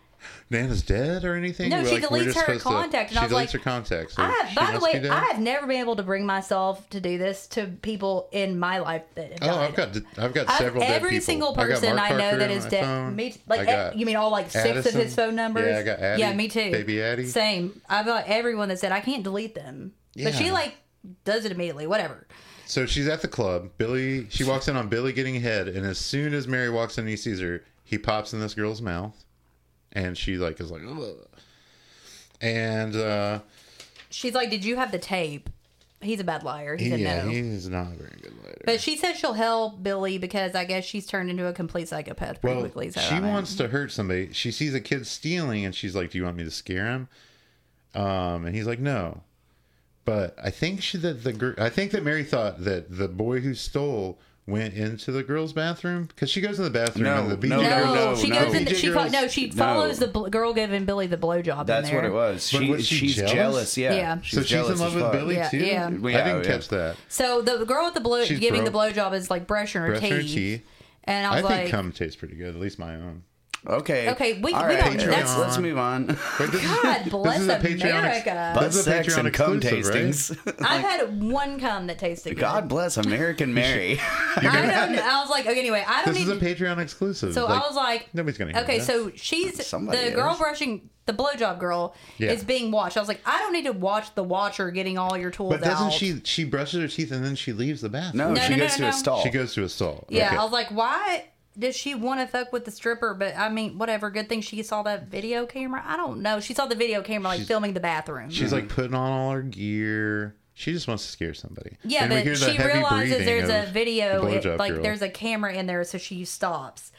Speaker 3: Nana's dead or anything.
Speaker 1: No,
Speaker 3: We're
Speaker 1: she
Speaker 3: like,
Speaker 1: deletes
Speaker 3: we're just
Speaker 1: her
Speaker 3: supposed to-
Speaker 1: contact, and
Speaker 3: she
Speaker 1: I was
Speaker 3: deletes
Speaker 1: like,
Speaker 3: her contact. So
Speaker 1: I have,
Speaker 3: she
Speaker 1: by the
Speaker 3: must be
Speaker 1: way,
Speaker 3: dead.
Speaker 1: I have never been able to bring myself to do this to people in my life that have
Speaker 3: Oh,
Speaker 1: died.
Speaker 3: I've got I've got
Speaker 1: I've-
Speaker 3: several dead
Speaker 1: every
Speaker 3: people.
Speaker 1: single
Speaker 3: I got
Speaker 1: person I,
Speaker 3: Mark
Speaker 1: know
Speaker 3: Parker
Speaker 1: that
Speaker 3: on
Speaker 1: is
Speaker 3: my
Speaker 1: dead.
Speaker 3: phone.
Speaker 1: Me, t- like
Speaker 3: I got
Speaker 1: eh, you mean all like six of
Speaker 3: Addison.
Speaker 1: his phone numbers?
Speaker 3: Yeah, I got Addie,
Speaker 1: Yeah, me too.
Speaker 3: baby Addie.
Speaker 1: Same. I've got everyone that said I can't delete them, but she
Speaker 3: Yeah.
Speaker 1: like does it immediately. Whatever.
Speaker 3: So she's at the club. Billy, she walks in on Billy getting head, and as soon as Mary walks in, and he sees her. He pops in this girl's mouth, and she like is like, Ugh. and uh,
Speaker 1: She's like, "Did you have the tape?" He's a bad liar. He said
Speaker 3: yeah,
Speaker 1: no.
Speaker 3: he's not a very good lighter.
Speaker 1: but she said she'll help Billy because I guess she's turned into a complete psychopath pretty
Speaker 3: well,
Speaker 1: quickly. So
Speaker 3: she
Speaker 1: I mean-
Speaker 3: wants to hurt somebody. She sees a kid stealing, and she's like, "Do you want me to scare him?" Um, and he's like, "No." But I think she that the gir- I think that Mary thought that the boy who stole went into the girl's bathroom because she goes to the bathroom
Speaker 2: No,
Speaker 3: and the BJ
Speaker 2: no,
Speaker 1: No,
Speaker 3: girl-
Speaker 2: no,
Speaker 1: she
Speaker 2: no.
Speaker 1: goes in. The,
Speaker 3: BJ
Speaker 1: she fo-
Speaker 3: girl's-
Speaker 1: no, she
Speaker 2: No.
Speaker 1: follows the bl- girl giving Billy the blowjob.
Speaker 2: That's
Speaker 1: in there.
Speaker 2: what it was.
Speaker 3: But
Speaker 2: She,
Speaker 3: was she
Speaker 2: she's
Speaker 3: jealous?
Speaker 2: jealous? Yeah.
Speaker 1: Yeah.
Speaker 2: She's
Speaker 3: So she's
Speaker 2: jealous
Speaker 3: in love
Speaker 2: as
Speaker 3: with
Speaker 2: fuck.
Speaker 3: Billy
Speaker 1: Yeah,
Speaker 3: too.
Speaker 1: yeah.
Speaker 2: Yeah,
Speaker 3: I didn't
Speaker 2: yeah.
Speaker 3: catch that.
Speaker 1: So the girl with the blow
Speaker 3: She's
Speaker 1: giving the
Speaker 3: broke.
Speaker 1: blowjob is like brushing her,
Speaker 3: Brushing her
Speaker 1: teeth.
Speaker 3: teeth.
Speaker 1: and I
Speaker 3: I
Speaker 1: was
Speaker 3: think
Speaker 1: like,
Speaker 3: cum tastes pretty good, at least my own.
Speaker 2: Okay.
Speaker 1: Okay, we-
Speaker 2: All
Speaker 1: we
Speaker 2: right,
Speaker 1: don't-
Speaker 2: let's,
Speaker 1: that's-
Speaker 2: let's move
Speaker 3: <laughs>
Speaker 2: on.
Speaker 3: But this is-
Speaker 1: God bless
Speaker 3: is a Patreon ex-
Speaker 1: America.
Speaker 3: But-
Speaker 2: Butt
Speaker 3: That's a
Speaker 2: sex
Speaker 3: Patreon
Speaker 2: and cum
Speaker 3: exclusive, right?
Speaker 2: tastings.
Speaker 1: I've had one cum that tasted good.
Speaker 2: <laughs> God bless
Speaker 3: <laughs>
Speaker 2: American Mary.
Speaker 1: I don't. know. I was like, okay, anyway, I don't
Speaker 3: this is a
Speaker 1: need.
Speaker 3: Patreon exclusive.
Speaker 1: so I was like,
Speaker 3: nobody's gonna. hear
Speaker 1: Okay,
Speaker 3: that.
Speaker 1: so she's
Speaker 2: Somebody
Speaker 1: the girl
Speaker 2: is.
Speaker 1: brushing the blowjob girl
Speaker 3: Yeah.
Speaker 1: is being watched. I was like, I don't need to watch the watcher getting all your tools
Speaker 3: But doesn't
Speaker 1: out.
Speaker 3: she? She brushes her teeth and then she leaves
Speaker 2: <laughs>
Speaker 3: the
Speaker 2: No,
Speaker 3: bathroom.
Speaker 1: No,
Speaker 2: she
Speaker 1: no,
Speaker 2: goes
Speaker 1: no,
Speaker 2: to
Speaker 1: no.
Speaker 2: a stall.
Speaker 3: she goes to a stall.
Speaker 1: Yeah,
Speaker 3: Okay.
Speaker 1: I was like, why does she want to fuck with the stripper? But I mean, whatever. Good thing she saw that video camera. I don't know. She saw the video camera like filming the bathroom.
Speaker 3: She's like putting on all her gear. She just wants to scare somebody.
Speaker 1: Yeah,
Speaker 3: And we hear
Speaker 1: but
Speaker 3: the
Speaker 1: she
Speaker 3: heavy
Speaker 1: realizes
Speaker 3: breathing
Speaker 1: there's
Speaker 3: of
Speaker 1: a video,
Speaker 3: the
Speaker 1: it-
Speaker 3: blowjob
Speaker 1: like
Speaker 3: girl.
Speaker 1: there's a camera in there, so she stops.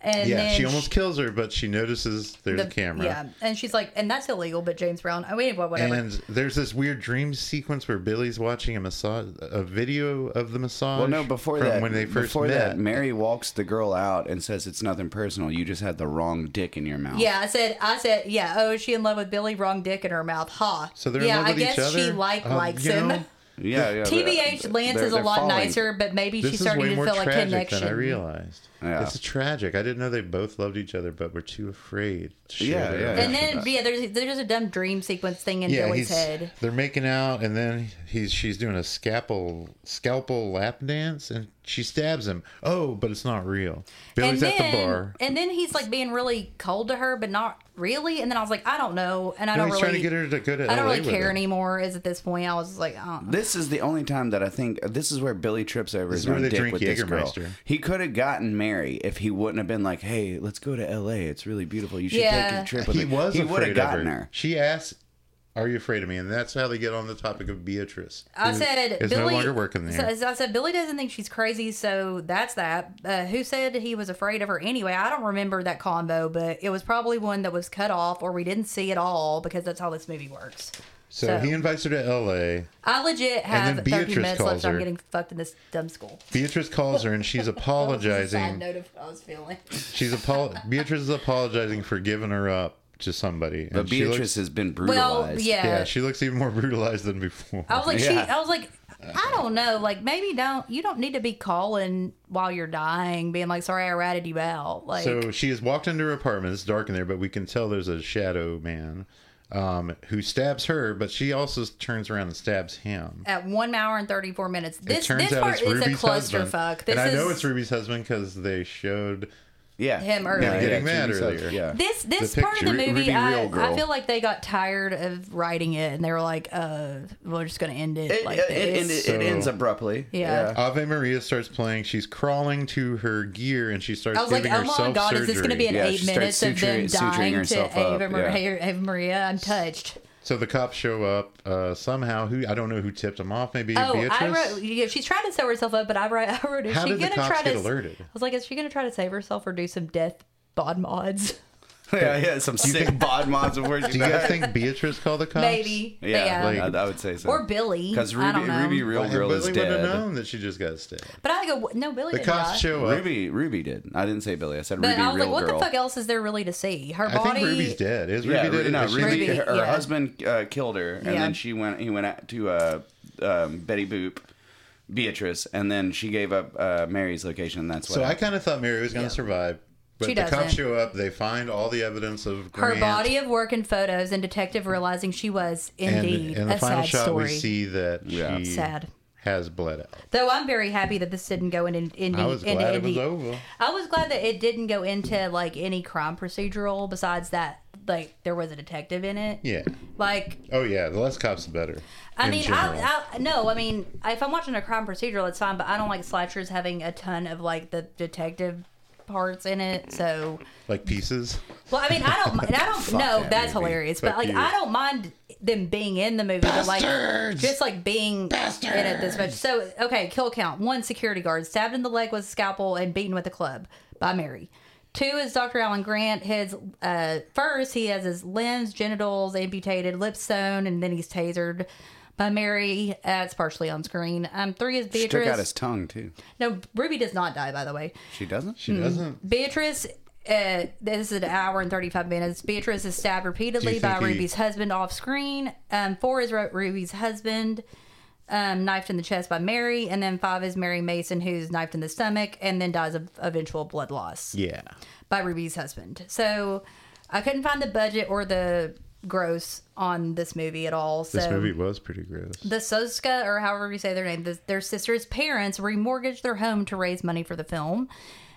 Speaker 1: And
Speaker 3: yeah,
Speaker 1: then
Speaker 3: she almost kills her, but she notices there's a camera.
Speaker 1: Yeah, and she's like, and that's illegal. But James Brown, I mean, well, whatever.
Speaker 3: And there's this weird dream sequence where Billy's watching a massage, a video of the massage.
Speaker 2: Well, no, before
Speaker 3: from
Speaker 2: that,
Speaker 3: when they first
Speaker 2: before
Speaker 3: met.
Speaker 2: that, Mary walks the girl out and says it's nothing personal. You just had the wrong dick in your mouth.
Speaker 1: yeah, I said, I said, yeah. Oh, is she in love with Billy? Wrong dick in her mouth. Ha.
Speaker 3: so they're
Speaker 1: yeah,
Speaker 3: in love with
Speaker 1: I guess
Speaker 3: each other.
Speaker 1: she like
Speaker 3: Um,
Speaker 1: likes
Speaker 3: you
Speaker 1: him.
Speaker 3: know,
Speaker 2: yeah, yeah.
Speaker 1: TBH
Speaker 2: they're-
Speaker 1: Lance
Speaker 2: they're-
Speaker 1: is a
Speaker 2: they're
Speaker 1: lot
Speaker 2: falling.
Speaker 1: nicer, but maybe <laughs>
Speaker 3: This
Speaker 1: she's
Speaker 3: is
Speaker 1: starting
Speaker 3: way
Speaker 1: to
Speaker 3: more
Speaker 1: feel a
Speaker 3: tragic
Speaker 1: connection.
Speaker 3: than I realized.
Speaker 2: Yeah.
Speaker 3: It's tragic. I didn't know they both loved each other, but were too afraid. To share
Speaker 2: Yeah,
Speaker 3: their
Speaker 2: yeah.
Speaker 1: And
Speaker 3: emotions.
Speaker 1: then yeah, there's there's just a dumb dream sequence thing in
Speaker 3: yeah,
Speaker 1: Billy's
Speaker 3: he's,
Speaker 1: head.
Speaker 3: they're making out, and then he's she's doing a scalpel scalpel lap dance, and she stabs him. Oh, but it's not real. Billy's
Speaker 1: and then,
Speaker 3: at the bar.
Speaker 1: and then he's like being really cold to her, but not really. And then I was like, I don't know, and I
Speaker 3: No,
Speaker 1: don't
Speaker 3: he's
Speaker 1: really
Speaker 3: trying to get her to go to
Speaker 1: I don't
Speaker 3: LA
Speaker 1: really
Speaker 3: with
Speaker 1: care
Speaker 3: him.
Speaker 1: anymore. Is at this point, I was like, I don't know.
Speaker 2: This is the only time that I think this is where Billy trips over his
Speaker 3: is where
Speaker 2: own
Speaker 3: they
Speaker 2: dick
Speaker 3: drink
Speaker 2: with this girl.
Speaker 3: Jägermeister.
Speaker 2: He could have gotten Mary if he wouldn't have been like, "Hey, let's go to L.A. It's really beautiful. You should
Speaker 1: Yeah.
Speaker 2: take a trip with
Speaker 3: he
Speaker 2: me."
Speaker 3: was
Speaker 2: He would
Speaker 3: afraid
Speaker 2: have gotten
Speaker 3: of her.
Speaker 2: her.
Speaker 3: She asked, "Are you afraid of me?" And that's how they get on the topic of Beatrice.
Speaker 1: I
Speaker 3: who
Speaker 1: said
Speaker 3: is
Speaker 1: Billy
Speaker 3: no longer working
Speaker 1: So,
Speaker 3: there.
Speaker 1: as I said Billy doesn't think she's crazy, so that's that. Uh, who said he was afraid of her anyway? I don't remember that combo, but it was probably one that was cut off or we didn't see at all because that's how this movie works.
Speaker 3: So,
Speaker 1: so-
Speaker 3: he invites her to L.A.
Speaker 1: I legit have
Speaker 3: then
Speaker 1: 30
Speaker 3: Beatrice
Speaker 1: minutes
Speaker 3: calls
Speaker 1: left. I'm
Speaker 3: her.
Speaker 1: getting fucked in this dumb school.
Speaker 3: Beatrice calls her and
Speaker 1: <laughs>
Speaker 3: she's
Speaker 1: Side
Speaker 3: <laughs> apologizing.
Speaker 1: note of how I was feeling.
Speaker 3: she's apol. Beatrice is apologizing for giving her up to somebody. And
Speaker 2: But
Speaker 3: she looks-
Speaker 2: Beatrice has been brutalized.
Speaker 1: Well,
Speaker 3: yeah,
Speaker 1: yeah.
Speaker 3: she looks even more brutalized than before.
Speaker 1: I was like, she.
Speaker 2: Yeah.
Speaker 1: I was like, I don't know. Like, maybe don't. You don't need to be calling while you're dying, being like, "Sorry, I ratted you out." Like,
Speaker 3: So she has walked into her apartment. It's dark in there, but we can tell there's a shadow man um, who stabs her, but she also turns around and stabs him.
Speaker 1: at one hour and 34 minutes.
Speaker 3: It
Speaker 1: This
Speaker 3: turns
Speaker 1: this
Speaker 3: out
Speaker 1: part
Speaker 3: it's
Speaker 1: is a
Speaker 3: Ruby's husband.
Speaker 1: clusterfuck. This
Speaker 3: and I
Speaker 1: is
Speaker 3: know it's Ruby's husband because they showed.
Speaker 2: yeah,
Speaker 1: him
Speaker 2: Yeah,
Speaker 1: earlier.
Speaker 2: yeah,
Speaker 3: Getting
Speaker 2: she
Speaker 3: mad
Speaker 2: said-
Speaker 3: earlier.
Speaker 2: Yeah,
Speaker 1: this this
Speaker 3: the
Speaker 1: part of the
Speaker 3: picture.
Speaker 2: Ru-
Speaker 1: movie.
Speaker 2: Ruby
Speaker 1: I,
Speaker 2: Real Girl.
Speaker 1: I feel like they got tired of writing it, and they were like, "Uh, we're just gonna end it,
Speaker 2: it,
Speaker 1: like
Speaker 2: it, it,
Speaker 1: this."
Speaker 2: it- it
Speaker 3: So- uh,
Speaker 2: ends abruptly.
Speaker 1: Yeah.
Speaker 3: Ave Maria starts playing. She's crawling to her gear and she starts
Speaker 1: I was like,
Speaker 3: giving
Speaker 1: "Oh
Speaker 3: herself
Speaker 1: my god,
Speaker 3: surgery.
Speaker 1: is this going to be an
Speaker 2: Yeah,
Speaker 1: eight
Speaker 2: she
Speaker 1: minutes
Speaker 2: starts
Speaker 1: of them
Speaker 2: suturing- suturing
Speaker 1: dying to
Speaker 2: herself up,
Speaker 1: Ava, Maria, Ava Maria? I'm touched."
Speaker 3: So the cops show up uh, somehow. Who I don't know who tipped them off. Maybe
Speaker 1: Oh,
Speaker 3: Beatrice.
Speaker 1: I wrote. Yeah, she's trying to sew herself up, but I wrote. <laughs> I wrote. Is
Speaker 3: How
Speaker 1: she
Speaker 3: did the
Speaker 1: gonna
Speaker 3: cops
Speaker 1: try
Speaker 3: get
Speaker 1: to?
Speaker 3: alerted?
Speaker 1: I was like, is she gonna try to save herself or do some death bod mods?
Speaker 2: <laughs>
Speaker 1: <laughs>
Speaker 2: yeah, yeah, yeah. Some sick bod mods of words.
Speaker 3: Do you
Speaker 1: <laughs>
Speaker 3: guys think Beatrice called the cops?
Speaker 1: Maybe.
Speaker 2: Yeah,
Speaker 1: yeah.
Speaker 2: I, I would say so.
Speaker 1: or Billy.
Speaker 2: because
Speaker 1: I
Speaker 2: Ruby,
Speaker 1: don't know.
Speaker 2: Ruby, real
Speaker 3: Well,
Speaker 2: girl
Speaker 3: Billy
Speaker 2: is
Speaker 3: would have
Speaker 2: dead.
Speaker 3: known that she just got stabbed.
Speaker 1: But I go, no, Billy
Speaker 3: The
Speaker 1: didn't
Speaker 3: cops
Speaker 1: die.
Speaker 3: show up.
Speaker 2: Ruby, Ruby did. I didn't say Billy. I said
Speaker 1: But
Speaker 2: Ruby,
Speaker 1: I was
Speaker 2: real
Speaker 1: like, what
Speaker 2: girl.
Speaker 1: the fuck else is there really to see? Her
Speaker 3: I
Speaker 1: body.
Speaker 3: think Ruby's dead. Is Ruby
Speaker 2: Yeah,
Speaker 3: dead?
Speaker 2: Ru- no,
Speaker 3: Is she-
Speaker 2: Ruby,
Speaker 1: Ruby,
Speaker 2: her, her
Speaker 1: yeah.
Speaker 2: husband uh, killed her, and
Speaker 1: Yeah.
Speaker 2: then she went. He went out to uh, um, Betty Boop, Beatrice, and then she gave up uh, Mary's location. And that's what.
Speaker 3: So I
Speaker 2: happened.
Speaker 3: kind of thought Mary was going to survive, but
Speaker 1: She
Speaker 3: the cops
Speaker 1: doesn't.
Speaker 3: show up. They find all the evidence of
Speaker 1: Her
Speaker 3: Grant,
Speaker 1: body of work and photos, and detective realizing she was
Speaker 3: and
Speaker 1: indeed
Speaker 3: in the
Speaker 1: a
Speaker 3: final
Speaker 1: sad
Speaker 3: shot,
Speaker 1: story.
Speaker 3: we see that
Speaker 2: Yeah.
Speaker 3: she
Speaker 1: Sad.
Speaker 3: has bled out.
Speaker 1: Though I'm very happy that this didn't go in. in, in
Speaker 3: I was
Speaker 1: in-
Speaker 3: glad
Speaker 1: in-
Speaker 3: it was over.
Speaker 1: I was glad that it didn't go into like any crime procedural. Besides that, like there was a detective in it.
Speaker 3: Yeah.
Speaker 1: Like
Speaker 3: Oh yeah, the less cops the better.
Speaker 1: I
Speaker 3: in
Speaker 1: mean,
Speaker 3: general.
Speaker 1: I, I no, I mean, if I'm watching a crime procedural, it's fine. But I don't like slashers having a ton of like the detective parts in it. So,
Speaker 3: like pieces.
Speaker 1: well, I mean, I don't, and I don't. no,
Speaker 2: that
Speaker 1: that's
Speaker 2: movie.
Speaker 1: hilarious.
Speaker 3: Fuck
Speaker 1: But like,
Speaker 3: you.
Speaker 1: I don't mind them being in the movie, but like,
Speaker 3: Bastards!
Speaker 1: just like being in it this much. So, okay, kill count: one security guard stabbed in the leg with a scalpel and beaten with a club by Mary. Two is Dr. Alan Grant. His uh, first, he has his limbs, genitals amputated, lips sewn, and then he's tasered by Mary. That's partially on screen. Um, three is
Speaker 2: she took
Speaker 1: Beatrice.
Speaker 2: out his tongue too.
Speaker 1: no, Ruby does not die, by the way.
Speaker 2: She doesn't.
Speaker 1: Hmm.
Speaker 3: She doesn't.
Speaker 1: Beatrice, uh, this is an hour and 35 minutes. Beatrice is stabbed repeatedly
Speaker 3: you
Speaker 1: by
Speaker 3: think he-
Speaker 1: Ruby's husband off screen. Um, four is Ru- Ruby's husband, um, knifed in the chest by Mary. And then five is Mary Mason, who's knifed in the stomach and then dies of eventual blood loss
Speaker 3: Yeah.
Speaker 1: by Ruby's husband. So I couldn't find the budget or the gross on this movie at all. So
Speaker 3: This movie was pretty gross.
Speaker 1: the Soska, or however you say their name, the, their sister's parents remortgaged their home to raise money for the film,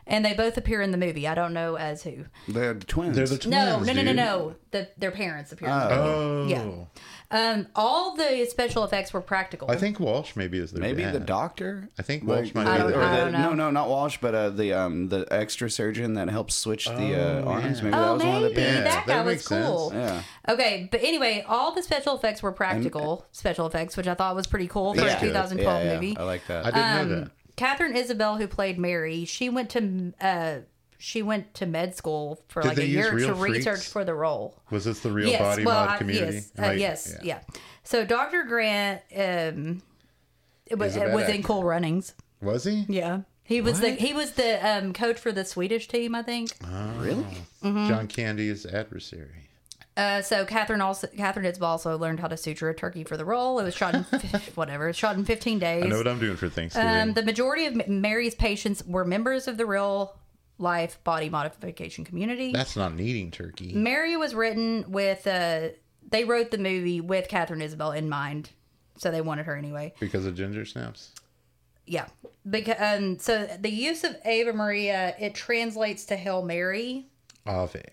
Speaker 1: and they both appear in the movie. I don't know as who.
Speaker 2: They're the twins. Uh,
Speaker 3: They're the twins.
Speaker 1: No, no, no, no,
Speaker 3: dude.
Speaker 1: no. The, their parents appear. in the movie.
Speaker 3: Oh.
Speaker 1: Yeah. Um, all the special effects were practical.
Speaker 3: I think Walsh maybe is their
Speaker 2: Maybe
Speaker 3: dad.
Speaker 2: the doctor.
Speaker 3: I think Walsh might
Speaker 1: I
Speaker 3: be
Speaker 1: don't-
Speaker 3: the
Speaker 2: or
Speaker 1: I
Speaker 3: dad.
Speaker 2: the-
Speaker 1: don't know.
Speaker 2: no, no, not Walsh, but uh, the um, the extra surgeon that helps switch the uh,
Speaker 3: Oh,
Speaker 2: arms.
Speaker 3: yeah.
Speaker 2: Maybe that
Speaker 1: oh,
Speaker 2: was one
Speaker 1: maybe
Speaker 2: of the.
Speaker 3: Yeah,
Speaker 1: that
Speaker 3: that
Speaker 1: guy was
Speaker 3: makes sense.
Speaker 1: cool.
Speaker 2: Yeah.
Speaker 1: Okay, but anyway, all the special effects were practical special effects, which I thought was pretty cool for
Speaker 3: That's
Speaker 1: a
Speaker 3: good.
Speaker 1: 2012
Speaker 2: uh, yeah, yeah.
Speaker 1: movie.
Speaker 2: I like that.
Speaker 3: I didn't know
Speaker 1: Um,
Speaker 3: that.
Speaker 1: Catherine Isabel, who played Mary, she went to uh, she went to med school for
Speaker 3: Did
Speaker 1: like
Speaker 3: they
Speaker 1: a
Speaker 3: use
Speaker 1: year to
Speaker 3: real
Speaker 1: research
Speaker 3: freaks?
Speaker 1: for the role.
Speaker 3: Was this the real body mod
Speaker 1: I-
Speaker 3: community?
Speaker 1: Yes, uh,
Speaker 3: Like,
Speaker 1: yes, yeah. So Dr. Grant, um, it was,
Speaker 3: a bad
Speaker 1: was in
Speaker 3: actor.
Speaker 1: Cool Runnings.
Speaker 3: Was he?
Speaker 1: Yeah, he was
Speaker 3: What?
Speaker 1: the he was the um, coach for the Swedish team, I think.
Speaker 2: Really?
Speaker 1: Mm-hmm.
Speaker 3: John Candy's adversary.
Speaker 1: Uh, so Catherine also Catherine Itzba also learned how to suture a turkey for the role. It was shot
Speaker 3: <laughs>
Speaker 1: in whatever. It was shot in 15 days.
Speaker 3: I know what I'm doing for Thanksgiving.
Speaker 1: Um, the majority of M- Mary's patients were members of the real life body modification community.
Speaker 3: That's not needing turkey.
Speaker 1: Mary was written with, uh, they wrote the movie with Catherine Isabel in mind. So they wanted her anyway.
Speaker 3: Because of ginger snaps.
Speaker 1: Yeah. Because, um, so the use of Ava Maria, it translates to Hail Mary.
Speaker 3: Ave.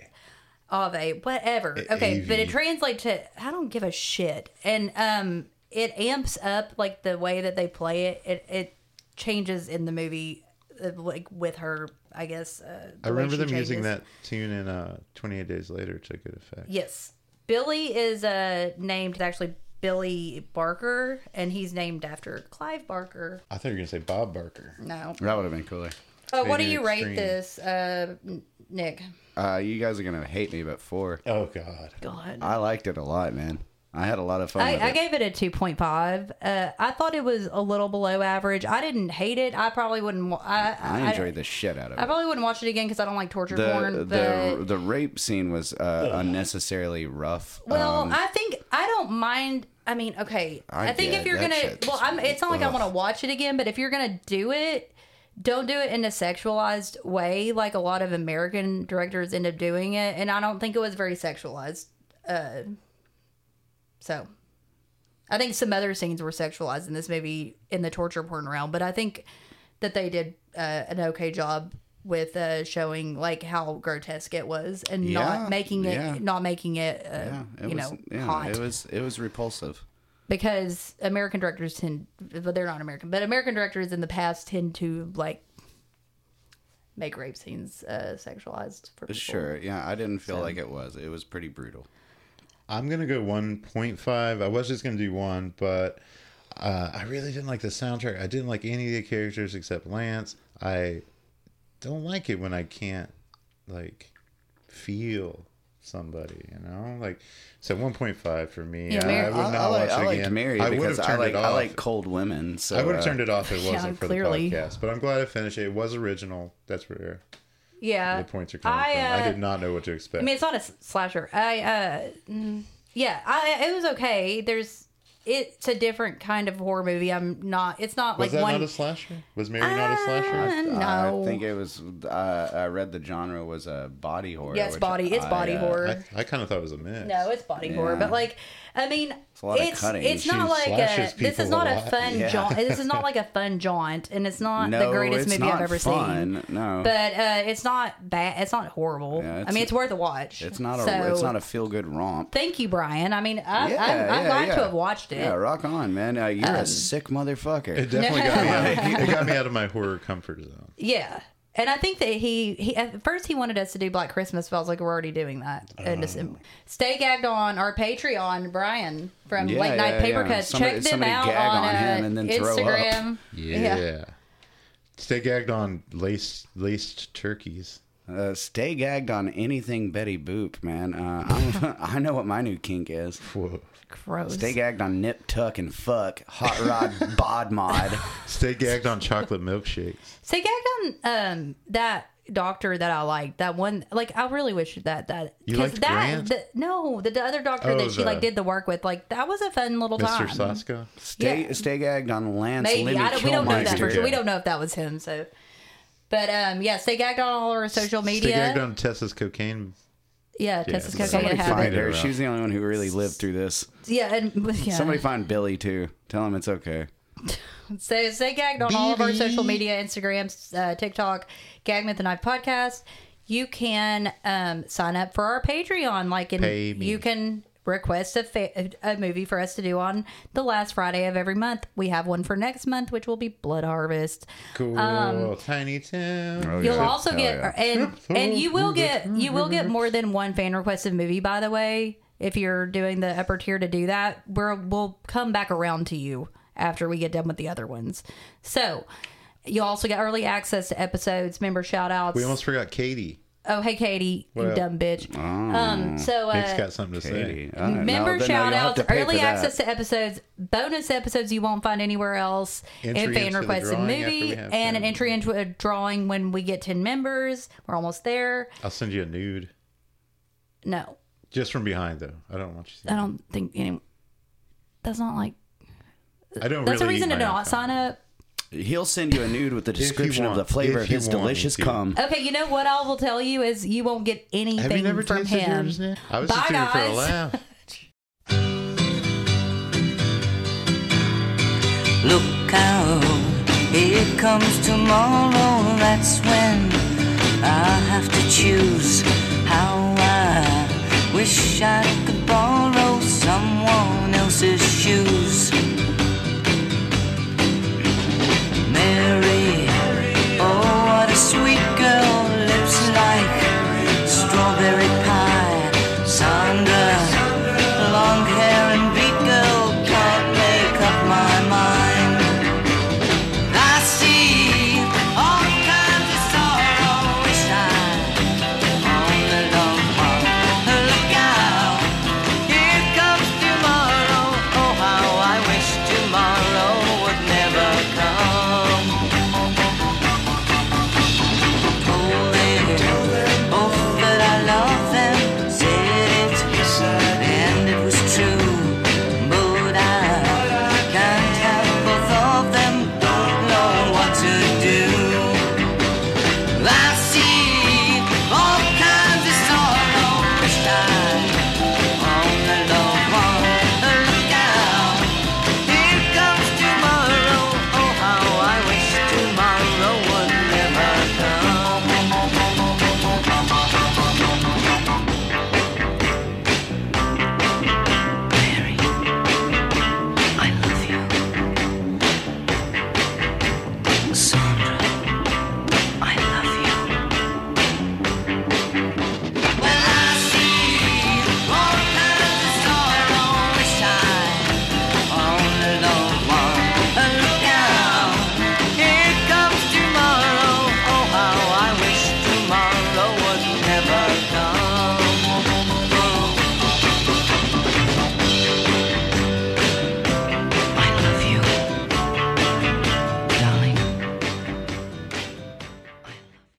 Speaker 1: Ave, whatever. Okay,
Speaker 3: AV.
Speaker 1: but it translates to I don't give a shit. And um it amps up like the way that they play it. It it changes in the movie uh, like with her, I guess. Uh,
Speaker 3: I
Speaker 1: way
Speaker 3: remember
Speaker 1: she
Speaker 3: them using
Speaker 1: changes.
Speaker 3: that tune in uh, 28 Days Later to good effect.
Speaker 1: Yes. Billy is uh named actually Billy Barker and he's named after Clive Barker.
Speaker 3: I thought you were going to say Bob Barker.
Speaker 1: No.
Speaker 2: That would have been cooler.
Speaker 1: Uh, what do
Speaker 3: Maybe
Speaker 1: you rate
Speaker 3: extreme.
Speaker 1: this uh N- Nick?
Speaker 2: Uh, you guys are gonna hate me, but four.
Speaker 3: Oh, God.
Speaker 1: God.
Speaker 2: I liked it a lot, man. I had a lot of fun. with
Speaker 1: I, I
Speaker 2: it.
Speaker 1: gave it a 2.5. Uh, I thought it was a little below average. I didn't hate it. I probably wouldn't. wa- I, I,
Speaker 2: I enjoyed the shit out of
Speaker 1: I
Speaker 2: it.
Speaker 1: probably wouldn't watch it again because I don't like torture
Speaker 2: The,
Speaker 1: porn. But
Speaker 2: the the rape scene was uh, unnecessarily rough.
Speaker 1: well,
Speaker 2: Um,
Speaker 1: I think I don't mind. I mean, okay.
Speaker 2: I
Speaker 1: I, think
Speaker 2: get
Speaker 1: if you're
Speaker 2: that
Speaker 1: gonna,
Speaker 2: shit's-
Speaker 1: well, I'm, it's not like I
Speaker 2: ugh.
Speaker 1: want to watch it again. But if you're gonna do it, don't do it in a sexualized way, like a lot of American directors end up doing it. And I don't think it was very sexualized. Uh, so, I think some other scenes were sexualized in this movie in the torture porn realm, but I think that they did uh, an okay job with uh, showing like how grotesque it was and
Speaker 2: Yeah,
Speaker 1: not making it
Speaker 2: yeah.
Speaker 1: not making it, uh,
Speaker 2: yeah, it
Speaker 1: you
Speaker 2: was,
Speaker 1: know
Speaker 2: yeah,
Speaker 1: hot
Speaker 2: It was it was repulsive.
Speaker 1: because American directors tend, but they're not American, but American directors in the past tend to like make rape scenes uh, sexualized for people.
Speaker 2: Sure, yeah, I didn't feel like it was. It was pretty brutal.
Speaker 3: I'm gonna go 1.5. I was just gonna do one, but uh, I really didn't like the soundtrack. I didn't like any of the characters except Lance. I don't like it when I can't like feel somebody. You know, like so 1.5 for me.
Speaker 1: Yeah, Mary-
Speaker 3: I, I would not
Speaker 2: I, like,
Speaker 3: watch
Speaker 2: I
Speaker 3: it
Speaker 2: liked
Speaker 3: again.
Speaker 2: Mary
Speaker 3: I would
Speaker 2: because
Speaker 3: have
Speaker 2: I
Speaker 3: turned
Speaker 2: like
Speaker 3: it off.
Speaker 2: I like cold women. So
Speaker 3: I would
Speaker 2: uh,
Speaker 3: have turned it off if
Speaker 1: <laughs>
Speaker 3: it
Speaker 1: Yeah,
Speaker 3: wasn't for
Speaker 1: clearly.
Speaker 3: the podcast. But I'm glad I finished it. It was original. That's where
Speaker 1: Yeah,
Speaker 3: the points are coming
Speaker 1: I,
Speaker 3: from. I
Speaker 1: uh,
Speaker 3: did not know what to expect.
Speaker 1: I mean, it's not a s- slasher. I, uh, mm, yeah, I, it was okay. There's, it's a different kind of horror movie. I'm not, it's not like
Speaker 3: was that
Speaker 1: one.
Speaker 3: not a slasher? Was Mary not a slasher?
Speaker 1: Uh, no.
Speaker 2: I think it was. Uh, I read the genre was uh, body horror.
Speaker 1: yeah, it's
Speaker 2: which
Speaker 1: body, it's
Speaker 2: I,
Speaker 1: body
Speaker 2: uh,
Speaker 1: horror.
Speaker 3: I, I kind of thought it was a mix.
Speaker 1: no, it's body horror,
Speaker 2: Yeah.
Speaker 1: but like, I mean,
Speaker 2: a lot of
Speaker 1: it's
Speaker 2: cutting.
Speaker 1: it's not
Speaker 3: She
Speaker 1: like
Speaker 3: slashes
Speaker 1: a, this is
Speaker 3: people a
Speaker 1: not a,
Speaker 3: lot.
Speaker 1: fun
Speaker 2: Yeah.
Speaker 1: jaunt. This is not like a fun jaunt, and it's not
Speaker 2: No,
Speaker 1: the greatest
Speaker 2: it's
Speaker 1: movie
Speaker 2: not
Speaker 1: I've ever seen.
Speaker 2: fun. No,
Speaker 1: But uh, it's not bad. It's not horrible.
Speaker 2: Yeah,
Speaker 1: I
Speaker 2: it's-
Speaker 1: mean, it's worth a watch.
Speaker 2: it's not a.
Speaker 1: So,
Speaker 2: it's not a feel good romp.
Speaker 1: Thank you, Brian. I mean, I,
Speaker 2: Yeah,
Speaker 1: I'm, I'm
Speaker 2: yeah,
Speaker 1: glad
Speaker 2: yeah.
Speaker 1: to have watched it. Um,
Speaker 2: Yeah, rock on, man. Uh, you're a sick motherfucker.
Speaker 3: It definitely got me. Out, it got me out of my horror comfort
Speaker 1: <laughs>
Speaker 3: zone.
Speaker 1: Yeah. And I think that he, he at first he wanted us to do Black Christmas, but I was like, we're already doing that.
Speaker 2: Um,
Speaker 1: And just- stay gagged on our Patreon, Brian from
Speaker 2: Yeah,
Speaker 1: Late Night
Speaker 2: yeah,
Speaker 1: Paper
Speaker 2: yeah.
Speaker 1: Cuts.
Speaker 2: Somebody-
Speaker 1: Check them
Speaker 2: somebody
Speaker 1: out
Speaker 2: gag
Speaker 1: on,
Speaker 2: on
Speaker 1: uh,
Speaker 2: him and then throw up.
Speaker 1: Instagram.
Speaker 3: Yeah. Stay gagged on laced laced turkeys.
Speaker 2: Uh, stay gagged on anything Betty Boop, man. Uh, I'm, <laughs> I know what my new kink is.
Speaker 3: Whoa.
Speaker 1: Gross.
Speaker 2: Stay gagged on nip, tuck, and fuck. Hot
Speaker 1: <laughs>
Speaker 2: rod, bod mod.
Speaker 3: Stay gagged on chocolate milkshakes.
Speaker 1: Stay gagged on um, that doctor that I liked. That one, like I really wish that that
Speaker 3: You liked
Speaker 1: that
Speaker 3: Grant?
Speaker 1: the- no the, the other doctor
Speaker 3: Oh,
Speaker 1: that she
Speaker 3: the-
Speaker 1: like did the work with. Like that was a fun little
Speaker 3: Mr.
Speaker 1: time.
Speaker 3: Sasko.
Speaker 2: Stay,
Speaker 1: Yeah.
Speaker 2: stay gagged on Lance
Speaker 1: Maybe
Speaker 2: Lemmy
Speaker 1: I don't, we don't know that for
Speaker 2: Kilmister.
Speaker 1: sure. We don't know if that was him. So, but um, yeah, stay gagged on all our social
Speaker 3: Stay gagged
Speaker 1: media.
Speaker 3: on Tessa's cocaine.
Speaker 1: Yeah, Texas
Speaker 3: Yeah,
Speaker 1: Cocaine
Speaker 2: Somebody find
Speaker 1: Habit.
Speaker 2: her.
Speaker 3: Figure it out.
Speaker 2: She's the only one who really lived through this.
Speaker 1: Yeah, and <laughs> yeah.
Speaker 2: Somebody find Billy too. Tell him it's okay.
Speaker 1: So stay gagged on all of our
Speaker 3: BB.
Speaker 1: social media, Instagram, uh, TikTok, Gag Myth and Knife podcast. You can um, sign up for our Patreon. Like, and
Speaker 3: Pay me.
Speaker 1: you can request a, fa- a movie for us to do on the last Friday of every month. We have one for next month, which will be Blood Harvest.
Speaker 3: Cool. Tiny Tim.
Speaker 2: Oh,
Speaker 1: Um, You'll
Speaker 2: yeah.
Speaker 1: also
Speaker 2: Hell
Speaker 1: get
Speaker 2: yeah.
Speaker 1: and
Speaker 3: Oh,
Speaker 1: and you will get you will get more than one fan requested movie. By the way, if you're doing the upper tier to do that, we're, we'll come back around to you after we get done with the other ones. So, You also get early access to episodes, member shout outs.
Speaker 3: We almost forgot Katie.
Speaker 1: oh, hey, Katie, you
Speaker 3: Well.
Speaker 1: dumb bitch.
Speaker 2: Ah.
Speaker 1: Um, so,
Speaker 3: Nick's
Speaker 1: uh,
Speaker 3: got something to say.
Speaker 2: Katie, Uh, I don't know.
Speaker 1: member
Speaker 2: Then now
Speaker 1: shout
Speaker 2: you'll have
Speaker 1: outs,
Speaker 2: to pay
Speaker 1: early
Speaker 2: for that.
Speaker 1: access to episodes, bonus episodes you won't find anywhere else, and
Speaker 3: Entry
Speaker 1: fan
Speaker 3: into the
Speaker 1: requests and
Speaker 3: drawing after we
Speaker 1: movie,
Speaker 3: have
Speaker 1: and an
Speaker 3: ten.
Speaker 1: entry into a drawing when we get 10 members. We're almost there.
Speaker 3: I'll send you a nude.
Speaker 1: No,
Speaker 3: Just from behind, though. I don't want you
Speaker 1: I don't think any. That's not like.
Speaker 3: to. I don't
Speaker 1: That's
Speaker 3: really
Speaker 1: a reason
Speaker 3: eat
Speaker 1: to
Speaker 3: my own
Speaker 1: not
Speaker 3: cum.
Speaker 1: sign up.
Speaker 2: He'll send you a nude with the
Speaker 3: you
Speaker 2: description of
Speaker 3: want-
Speaker 2: the flavor
Speaker 3: if
Speaker 2: of
Speaker 3: you
Speaker 2: his
Speaker 3: want me
Speaker 2: delicious
Speaker 3: to.
Speaker 2: cum.
Speaker 1: Okay, you know what I will tell you is you won't get anything
Speaker 3: Have you never
Speaker 1: from
Speaker 3: tasted
Speaker 1: him.
Speaker 3: yours, Nick? I was
Speaker 1: Bye,
Speaker 3: just doing it for a
Speaker 1: guys.
Speaker 3: laugh.
Speaker 4: Look out, here comes tomorrow. That's when I have to choose how I wish I could oh,